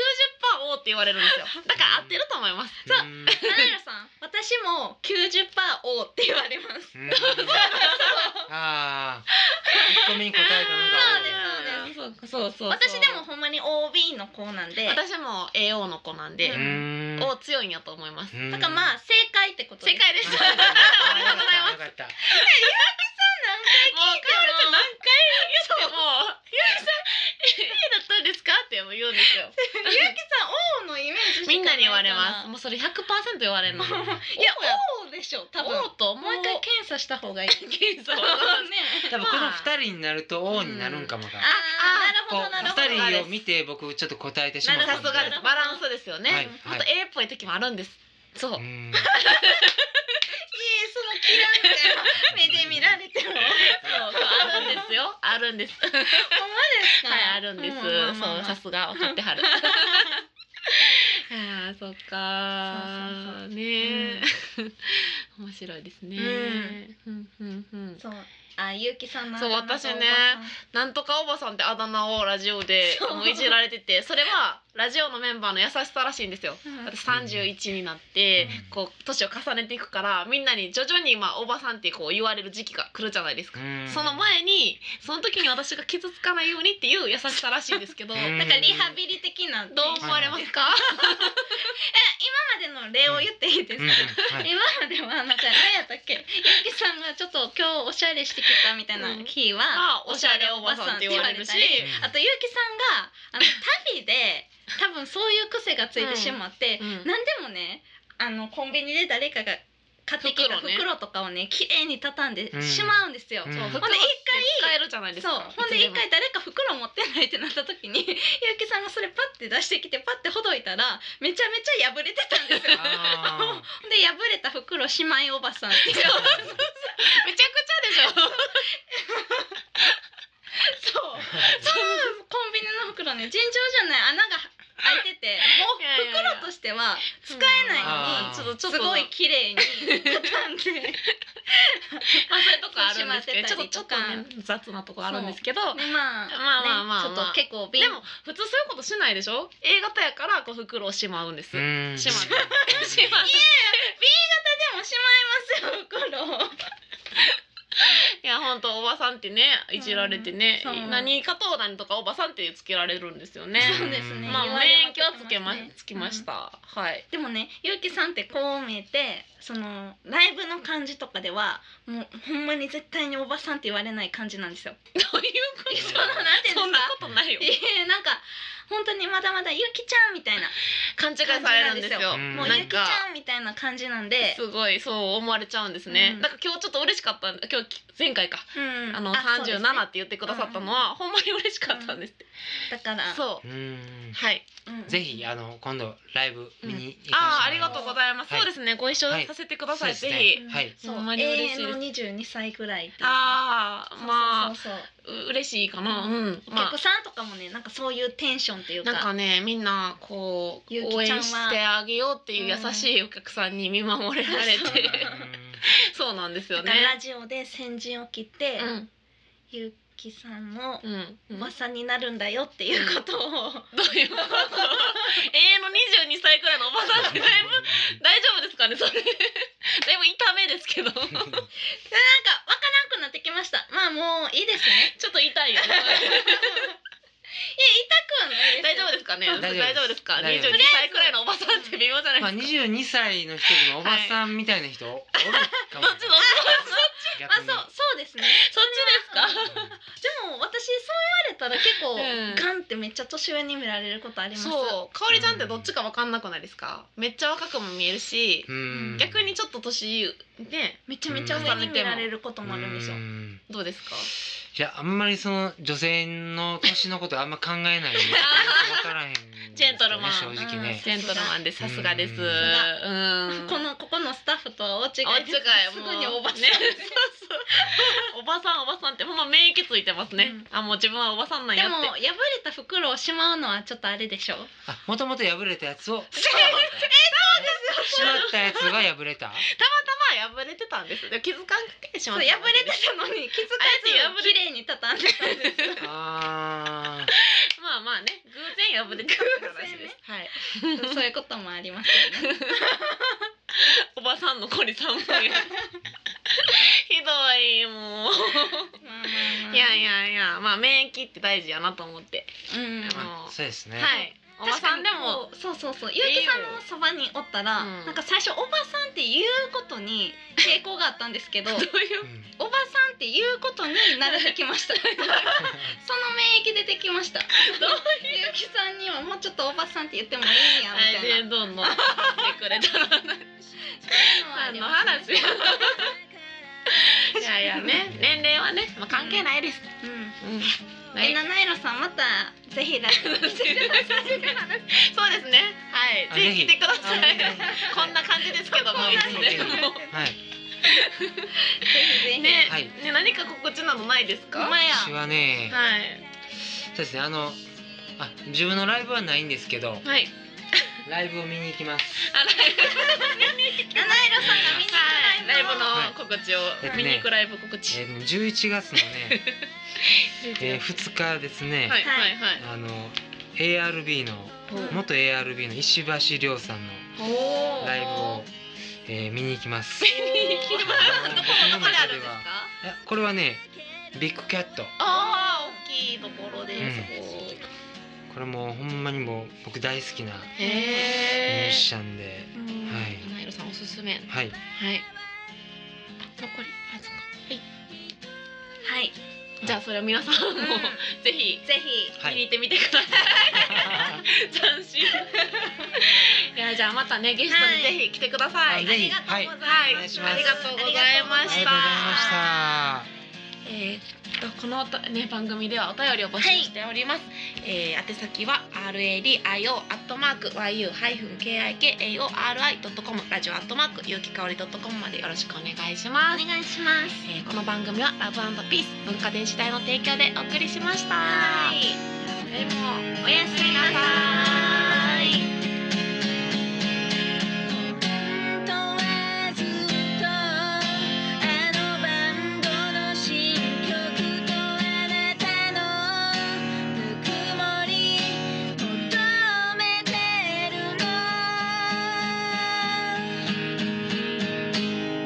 [SPEAKER 2] おって言われるんですよだから合ってると思います
[SPEAKER 3] うーん
[SPEAKER 1] ナナラさん、私も九十パーおって言われます。
[SPEAKER 3] うーんああ1個目に答えたの
[SPEAKER 1] あ
[SPEAKER 2] そうですそうですそうそうそう
[SPEAKER 1] 私でもほんまに OB の子なんで、だか
[SPEAKER 2] 私も AO の子なんで
[SPEAKER 3] が O う、ー
[SPEAKER 2] お
[SPEAKER 3] ん
[SPEAKER 2] 強いんやと思います。
[SPEAKER 3] うん
[SPEAKER 1] らまあ正解ってこと
[SPEAKER 2] 正解です。もう
[SPEAKER 3] あ
[SPEAKER 2] カ
[SPEAKER 3] ーよかった
[SPEAKER 2] エルちゃん
[SPEAKER 3] よかった
[SPEAKER 2] 何回言っても、ゆうきさん A だったんですかってもう言うんです [LAUGHS] よ。
[SPEAKER 1] ゆうきさん O のイメージしか
[SPEAKER 2] みんなに言われ
[SPEAKER 1] ないか
[SPEAKER 2] ます。もうそれ100%言われるの。
[SPEAKER 3] うん
[SPEAKER 1] ら。いや O でしょ。多分。
[SPEAKER 2] O とも
[SPEAKER 1] も
[SPEAKER 2] う
[SPEAKER 1] う
[SPEAKER 2] 一
[SPEAKER 1] 一
[SPEAKER 2] 回
[SPEAKER 1] 回検査した方がいい。
[SPEAKER 2] 検
[SPEAKER 1] [LAUGHS]
[SPEAKER 2] 査を。
[SPEAKER 1] ね。
[SPEAKER 3] 多分この2人になると O になるんかもが、
[SPEAKER 1] ああ、
[SPEAKER 3] こ
[SPEAKER 1] なるほどなるほ
[SPEAKER 3] う
[SPEAKER 1] ど。
[SPEAKER 3] 2人を見て僕ちょっと答えてしま
[SPEAKER 2] なる
[SPEAKER 3] った
[SPEAKER 2] さ
[SPEAKER 3] ん
[SPEAKER 2] す
[SPEAKER 3] で
[SPEAKER 2] がです。バランスですよね。
[SPEAKER 3] はい
[SPEAKER 2] あと A っぽい時もあるんです。そう
[SPEAKER 3] う。ん
[SPEAKER 1] いえそのキラみたいな目で見られてもほんま
[SPEAKER 2] そうそうある
[SPEAKER 1] [LAUGHS]
[SPEAKER 2] んですよ。あるんです。
[SPEAKER 1] ですか
[SPEAKER 2] はい、あるんです。
[SPEAKER 1] まあまあまあ
[SPEAKER 2] [LAUGHS] そう、さすが分かってはる。ああーそっかーねえ、 [LAUGHS] 面白いですね、うんうんうん
[SPEAKER 1] そうあゆうきさんの
[SPEAKER 2] そう
[SPEAKER 1] 頭が
[SPEAKER 2] 私ね
[SPEAKER 1] おば
[SPEAKER 2] なんとかおばさんってあだ名をラジオで
[SPEAKER 1] そう
[SPEAKER 2] もういじられててそれはラジオのメンバーの優しさらしいんですよ
[SPEAKER 1] さんうん
[SPEAKER 2] 私31になって
[SPEAKER 3] うん
[SPEAKER 2] こう年を重ねていくからみんなに徐々にまあおばさんってこう言われる時期が来るじゃないですか
[SPEAKER 3] うん
[SPEAKER 2] その前にその時に私が傷つかないようにっていう優しさらしいんですけどどう
[SPEAKER 3] うん
[SPEAKER 1] なんかリハビリ的など
[SPEAKER 2] 思われますか
[SPEAKER 1] 今までの例を言っていいです
[SPEAKER 3] う
[SPEAKER 1] か、
[SPEAKER 3] んうんはい
[SPEAKER 1] 今まではなんか何やったっけゆうきさんがちょっと今日おしゃれしてきたみたいな日は、
[SPEAKER 2] うんあおしゃれおばさんって言われるし
[SPEAKER 1] おしゃれおばさんって言われたりあとゆうきさんがあの旅で多分そういう癖がついてしまって、
[SPEAKER 2] うん
[SPEAKER 1] 何でもねあのコンビニで誰かが買ってきた
[SPEAKER 2] 袋
[SPEAKER 1] 袋
[SPEAKER 2] ね
[SPEAKER 1] とかをね綺麗に畳んで
[SPEAKER 3] うん
[SPEAKER 1] しまうんですよ。
[SPEAKER 3] うん
[SPEAKER 2] そう
[SPEAKER 3] ほ
[SPEAKER 2] 服は
[SPEAKER 3] ん
[SPEAKER 1] で一
[SPEAKER 2] 使えるじゃないです
[SPEAKER 1] そう
[SPEAKER 2] か
[SPEAKER 1] ほんで一回誰か袋持ってないってなった時にゆうきさんがそれパッて出してきてパッてほどいたらめちゃめちゃ破れてたん
[SPEAKER 2] [LAUGHS]
[SPEAKER 1] ですよ。
[SPEAKER 3] あ
[SPEAKER 1] ほんで破れた袋しまいおばさんっていう
[SPEAKER 2] めちゃ [LAUGHS] くちゃでしょ
[SPEAKER 1] そうそうコンビニの袋ね尋常じゃない穴が開いててもう袋としては使えないの
[SPEAKER 3] あ
[SPEAKER 1] に
[SPEAKER 3] ー
[SPEAKER 2] ちょっとち
[SPEAKER 1] す
[SPEAKER 2] ょっと
[SPEAKER 1] ごい綺麗に [LAUGHS] 畳んで。
[SPEAKER 2] まあそういうとこあるんですけどち
[SPEAKER 1] 閉
[SPEAKER 2] ょ
[SPEAKER 1] まって
[SPEAKER 2] っとちょっと
[SPEAKER 1] た
[SPEAKER 2] ね
[SPEAKER 1] り
[SPEAKER 2] 雑なとこあるんですけど
[SPEAKER 1] でまあ、
[SPEAKER 2] まあまあま
[SPEAKER 1] ねち
[SPEAKER 2] あ
[SPEAKER 1] ょっ
[SPEAKER 2] まあ
[SPEAKER 1] と結構
[SPEAKER 2] で
[SPEAKER 1] 瓶
[SPEAKER 2] も普通そういうことしないでしょ A 型やからこう袋をしまうんです、
[SPEAKER 3] ーうん
[SPEAKER 2] しまって
[SPEAKER 1] [LAUGHS]
[SPEAKER 2] しまう
[SPEAKER 1] でもしまいますよ袋を
[SPEAKER 2] いや本当おばさんってねいじられてね、
[SPEAKER 1] うんそう
[SPEAKER 2] 何かと何とかおばさんってつけられるんですよね。
[SPEAKER 1] そうですね
[SPEAKER 2] まあ
[SPEAKER 1] 言われ
[SPEAKER 2] 免
[SPEAKER 1] は
[SPEAKER 2] 疫はつけま
[SPEAKER 1] ね
[SPEAKER 2] つきまし
[SPEAKER 1] うん
[SPEAKER 2] た。はい。
[SPEAKER 1] でもねゆうきさんってこう見えてそのライブの感じとかではもうほんまに絶対におばさんって言われない感じなんですよ
[SPEAKER 2] [LAUGHS] どういうこ
[SPEAKER 1] そのなんてい
[SPEAKER 2] そ
[SPEAKER 1] うんん
[SPEAKER 2] な
[SPEAKER 1] で
[SPEAKER 2] ことないよ。
[SPEAKER 1] すかいやなんか本当にまだまだゆきちゃんみたいな
[SPEAKER 2] 勘違いされるんですよ。
[SPEAKER 3] 感じ
[SPEAKER 1] もう
[SPEAKER 3] な
[SPEAKER 1] ゆ
[SPEAKER 2] なん
[SPEAKER 1] きちゃ
[SPEAKER 2] か
[SPEAKER 1] んみたいな感じなんです
[SPEAKER 2] ごいそう思われちゃうんですね。
[SPEAKER 1] うん
[SPEAKER 2] なんか今日ちょっと嬉しかったん今日前回か。
[SPEAKER 1] うん
[SPEAKER 2] あの
[SPEAKER 1] そう
[SPEAKER 2] 三
[SPEAKER 1] です
[SPEAKER 2] 十
[SPEAKER 1] ね
[SPEAKER 2] 七って言ってくださったのは、ほんまに嬉しかったんですって。
[SPEAKER 1] だから
[SPEAKER 2] そうう。
[SPEAKER 3] ん
[SPEAKER 2] はい。
[SPEAKER 1] うん
[SPEAKER 3] ぜひあの今度ライブ見に行かせてもら
[SPEAKER 2] あああ
[SPEAKER 3] い
[SPEAKER 2] り
[SPEAKER 3] ま
[SPEAKER 2] が
[SPEAKER 3] す
[SPEAKER 2] とうございます。
[SPEAKER 3] はい
[SPEAKER 2] そうですね。ご一緒
[SPEAKER 3] はい
[SPEAKER 2] させてください。
[SPEAKER 3] そ
[SPEAKER 2] ぜ
[SPEAKER 3] うですね
[SPEAKER 2] ひ。
[SPEAKER 1] うん
[SPEAKER 3] はい
[SPEAKER 1] そう
[SPEAKER 2] ほんま
[SPEAKER 1] 永
[SPEAKER 2] に嬉しい
[SPEAKER 1] 遠
[SPEAKER 2] です
[SPEAKER 1] の22歳ぐらいっていう
[SPEAKER 2] ああ
[SPEAKER 1] そうそうそう
[SPEAKER 2] まあ
[SPEAKER 1] そう
[SPEAKER 2] う嬉しいかな。
[SPEAKER 1] う
[SPEAKER 2] うん。
[SPEAKER 1] お
[SPEAKER 2] まあ
[SPEAKER 1] 客さんとかもねなんかそういうテンションっていうか
[SPEAKER 2] なんかねみんなこう
[SPEAKER 1] ゆう
[SPEAKER 2] 応
[SPEAKER 1] きちゃんは
[SPEAKER 2] 援してあげようっていう優しいお客さんに見守れられて、 [LAUGHS] そうなんですよ
[SPEAKER 1] だ
[SPEAKER 2] ね
[SPEAKER 1] か。らラジオで先陣を切って、
[SPEAKER 2] うん
[SPEAKER 1] ゆうきさんも
[SPEAKER 2] うんうん
[SPEAKER 1] おばさんになるんだよっていうことを、
[SPEAKER 2] どういうこと [LAUGHS] 永遠の22歳くらいのおばさ
[SPEAKER 3] [LAUGHS]
[SPEAKER 2] んってだいぶ大丈夫ですかねそれだいぶ痛めです
[SPEAKER 3] [LAUGHS]
[SPEAKER 2] けどちょ
[SPEAKER 3] うん
[SPEAKER 1] なんかわからんくなってきましたまあもういいですね
[SPEAKER 2] っと痛いよ
[SPEAKER 3] [LAUGHS]
[SPEAKER 1] いや痛くはないです
[SPEAKER 2] [LAUGHS] 大丈夫ですかね
[SPEAKER 3] 大丈夫です
[SPEAKER 2] 大丈夫ですか
[SPEAKER 3] 大
[SPEAKER 2] 22
[SPEAKER 3] 丈夫
[SPEAKER 2] 歳くらいのおばさんって微妙じゃ
[SPEAKER 3] ま
[SPEAKER 2] な
[SPEAKER 3] あ
[SPEAKER 2] いですか、
[SPEAKER 3] 22歳の人でもおばさんみたいな人おるかも
[SPEAKER 2] どっちの
[SPEAKER 1] あ
[SPEAKER 3] 逆
[SPEAKER 1] そう
[SPEAKER 3] に
[SPEAKER 1] そうですね
[SPEAKER 2] そっちですか
[SPEAKER 1] でも私そう言われたら結構、
[SPEAKER 2] うん
[SPEAKER 1] ガンってめっちゃ年上に見られることあります
[SPEAKER 2] そうかおりちゃんってどっちか分かんなくないですかめっちゃ若くも見えるし
[SPEAKER 3] うん
[SPEAKER 2] 逆にちょっと年ね
[SPEAKER 1] めちゃめちゃ上に見られることもあるんですよ、
[SPEAKER 3] うん
[SPEAKER 2] どうですか
[SPEAKER 3] いやあんまりその女性の年のことあんま考えないんでよくわからへんですよね
[SPEAKER 2] ジェントルマン
[SPEAKER 3] 正直ね
[SPEAKER 2] ジェントルマンでさすがです。う
[SPEAKER 3] うん
[SPEAKER 2] ん。
[SPEAKER 1] このここのスタッフとは大違
[SPEAKER 2] お違
[SPEAKER 1] い
[SPEAKER 2] い
[SPEAKER 1] ですすぐにお [LAUGHS] ばさん、
[SPEAKER 2] ね。そうそう。おばさんおばさんってほんま免疫ついてますね。
[SPEAKER 1] うん
[SPEAKER 2] あもう自分はおばさんなん
[SPEAKER 1] で
[SPEAKER 2] やって。
[SPEAKER 1] も破れた袋をしまうのはちょっとあれでしょ
[SPEAKER 3] あもともと破れたやつを
[SPEAKER 2] [LAUGHS]
[SPEAKER 3] えそうですしまったやつが破れた
[SPEAKER 2] まあ破れてたんです。でも気づかんくてし
[SPEAKER 1] そ
[SPEAKER 2] ま
[SPEAKER 1] う
[SPEAKER 2] っ
[SPEAKER 1] 破
[SPEAKER 2] た。
[SPEAKER 1] れてたのに気づかず
[SPEAKER 2] あえて破
[SPEAKER 1] 綺
[SPEAKER 2] れ
[SPEAKER 1] 麗に畳んでたんですよ
[SPEAKER 3] あ
[SPEAKER 2] [LAUGHS] まあまあね。偶然破れてたって話です。はい。
[SPEAKER 1] そういうこともありますよね
[SPEAKER 2] おばさんの子に三分 [LAUGHS] や。ひどいも
[SPEAKER 1] まあま
[SPEAKER 2] [LAUGHS]
[SPEAKER 1] あまあ
[SPEAKER 2] う。いやいやいや。まあ免疫って大事やなと思って。
[SPEAKER 1] うん
[SPEAKER 3] ー
[SPEAKER 2] あの
[SPEAKER 3] あそうですね
[SPEAKER 2] はい。おばさんで
[SPEAKER 1] 確かに
[SPEAKER 2] も
[SPEAKER 1] こうそうそうそうゆうきさんのそばにおったら、
[SPEAKER 2] うん
[SPEAKER 1] なんか最初おばさんっていうこと [LAUGHS] に抵抗があったんですけどおば
[SPEAKER 2] どういう
[SPEAKER 3] うん
[SPEAKER 1] さんっていうことに慣れてき [LAUGHS] ましたその免疫出てきましたどうゆうきさんにはもうちょっとおばさんって言ってもいいんやみ
[SPEAKER 2] 愛
[SPEAKER 1] たいな
[SPEAKER 2] 人どんどん来てくれたら
[SPEAKER 1] そういう
[SPEAKER 2] 何
[SPEAKER 1] の
[SPEAKER 2] の
[SPEAKER 1] はあります
[SPEAKER 2] 話
[SPEAKER 1] ね [LAUGHS]
[SPEAKER 2] いやいやね [LAUGHS] 年齢はね、まあ、関係ないです、
[SPEAKER 1] うん
[SPEAKER 2] うん、ない
[SPEAKER 1] え七色さんまた [LAUGHS] ぜひライブに来てください
[SPEAKER 2] そうですねはいぜひ来てください
[SPEAKER 3] あぜひ
[SPEAKER 2] こんな感じですけども
[SPEAKER 3] はいい
[SPEAKER 2] つでも
[SPEAKER 3] はい
[SPEAKER 1] ぜひぜひ
[SPEAKER 2] ね,、
[SPEAKER 3] はい
[SPEAKER 2] ね何か告知などないですか
[SPEAKER 1] ほんまや
[SPEAKER 3] 私はね
[SPEAKER 2] はい [LAUGHS]
[SPEAKER 3] そうですねあのあ自分のライブはないんですけど
[SPEAKER 2] はい
[SPEAKER 3] ライブを見に行きます
[SPEAKER 2] あライブ
[SPEAKER 1] 七色さんが見に
[SPEAKER 2] はい、ライブ
[SPEAKER 1] 行く
[SPEAKER 2] の告知を、
[SPEAKER 3] い
[SPEAKER 2] 見に行くライブ告知。
[SPEAKER 3] えー、11月のね、えー、2日ですね、
[SPEAKER 2] はいはいはい。
[SPEAKER 3] あの ARB の元 ARB の石橋亮さんの
[SPEAKER 2] お
[SPEAKER 3] ライブを、えー、見に行き
[SPEAKER 2] [LAUGHS]
[SPEAKER 3] ます
[SPEAKER 1] ライブの
[SPEAKER 3] [LAUGHS] はい
[SPEAKER 1] どこまであるんですか
[SPEAKER 3] いやこれはねビッグキャット
[SPEAKER 2] ああ大きいところです。
[SPEAKER 3] これもうほんまにもう僕大好きなミュ
[SPEAKER 2] へ
[SPEAKER 3] ー
[SPEAKER 2] え
[SPEAKER 3] ジ。シャンで、はい
[SPEAKER 2] ナイロさんおすすめ。はい。
[SPEAKER 3] はい
[SPEAKER 2] あ残りあそっか。
[SPEAKER 1] はい
[SPEAKER 2] はい。じゃあそれは皆さんも、
[SPEAKER 1] うん
[SPEAKER 2] ぜひ
[SPEAKER 1] ぜひ
[SPEAKER 3] は
[SPEAKER 2] 見に行
[SPEAKER 3] い
[SPEAKER 2] ってみてくださ
[SPEAKER 3] [LAUGHS]
[SPEAKER 2] い。斬新。いやじゃあまたねゲストにぜひ来てください。
[SPEAKER 3] あぜひ
[SPEAKER 1] ありがとうござ
[SPEAKER 2] はいい、
[SPEAKER 1] ま
[SPEAKER 3] お願いします
[SPEAKER 2] ありがとうございま
[SPEAKER 3] あ
[SPEAKER 2] した
[SPEAKER 3] りがとうございました。
[SPEAKER 2] えーっとこのおたね番組ではお便りを募集しております。えー宛先は r a d i o アットマーク y u ハイフン k i k a o r i ドットコムラジオアットマーク有機香りドットコムまでよろしくお願いします。
[SPEAKER 1] お願いします
[SPEAKER 2] えーこの番組はラブピース文化電子代の提供でお送りしました。
[SPEAKER 1] はい
[SPEAKER 2] でも
[SPEAKER 1] おやすみなさい
[SPEAKER 5] 本当はずっとあのバンドの新曲とあなたのぬくもり求めてるのお別れを望ん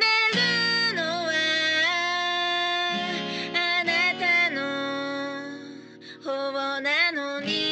[SPEAKER 5] でるのはあなたの方なのに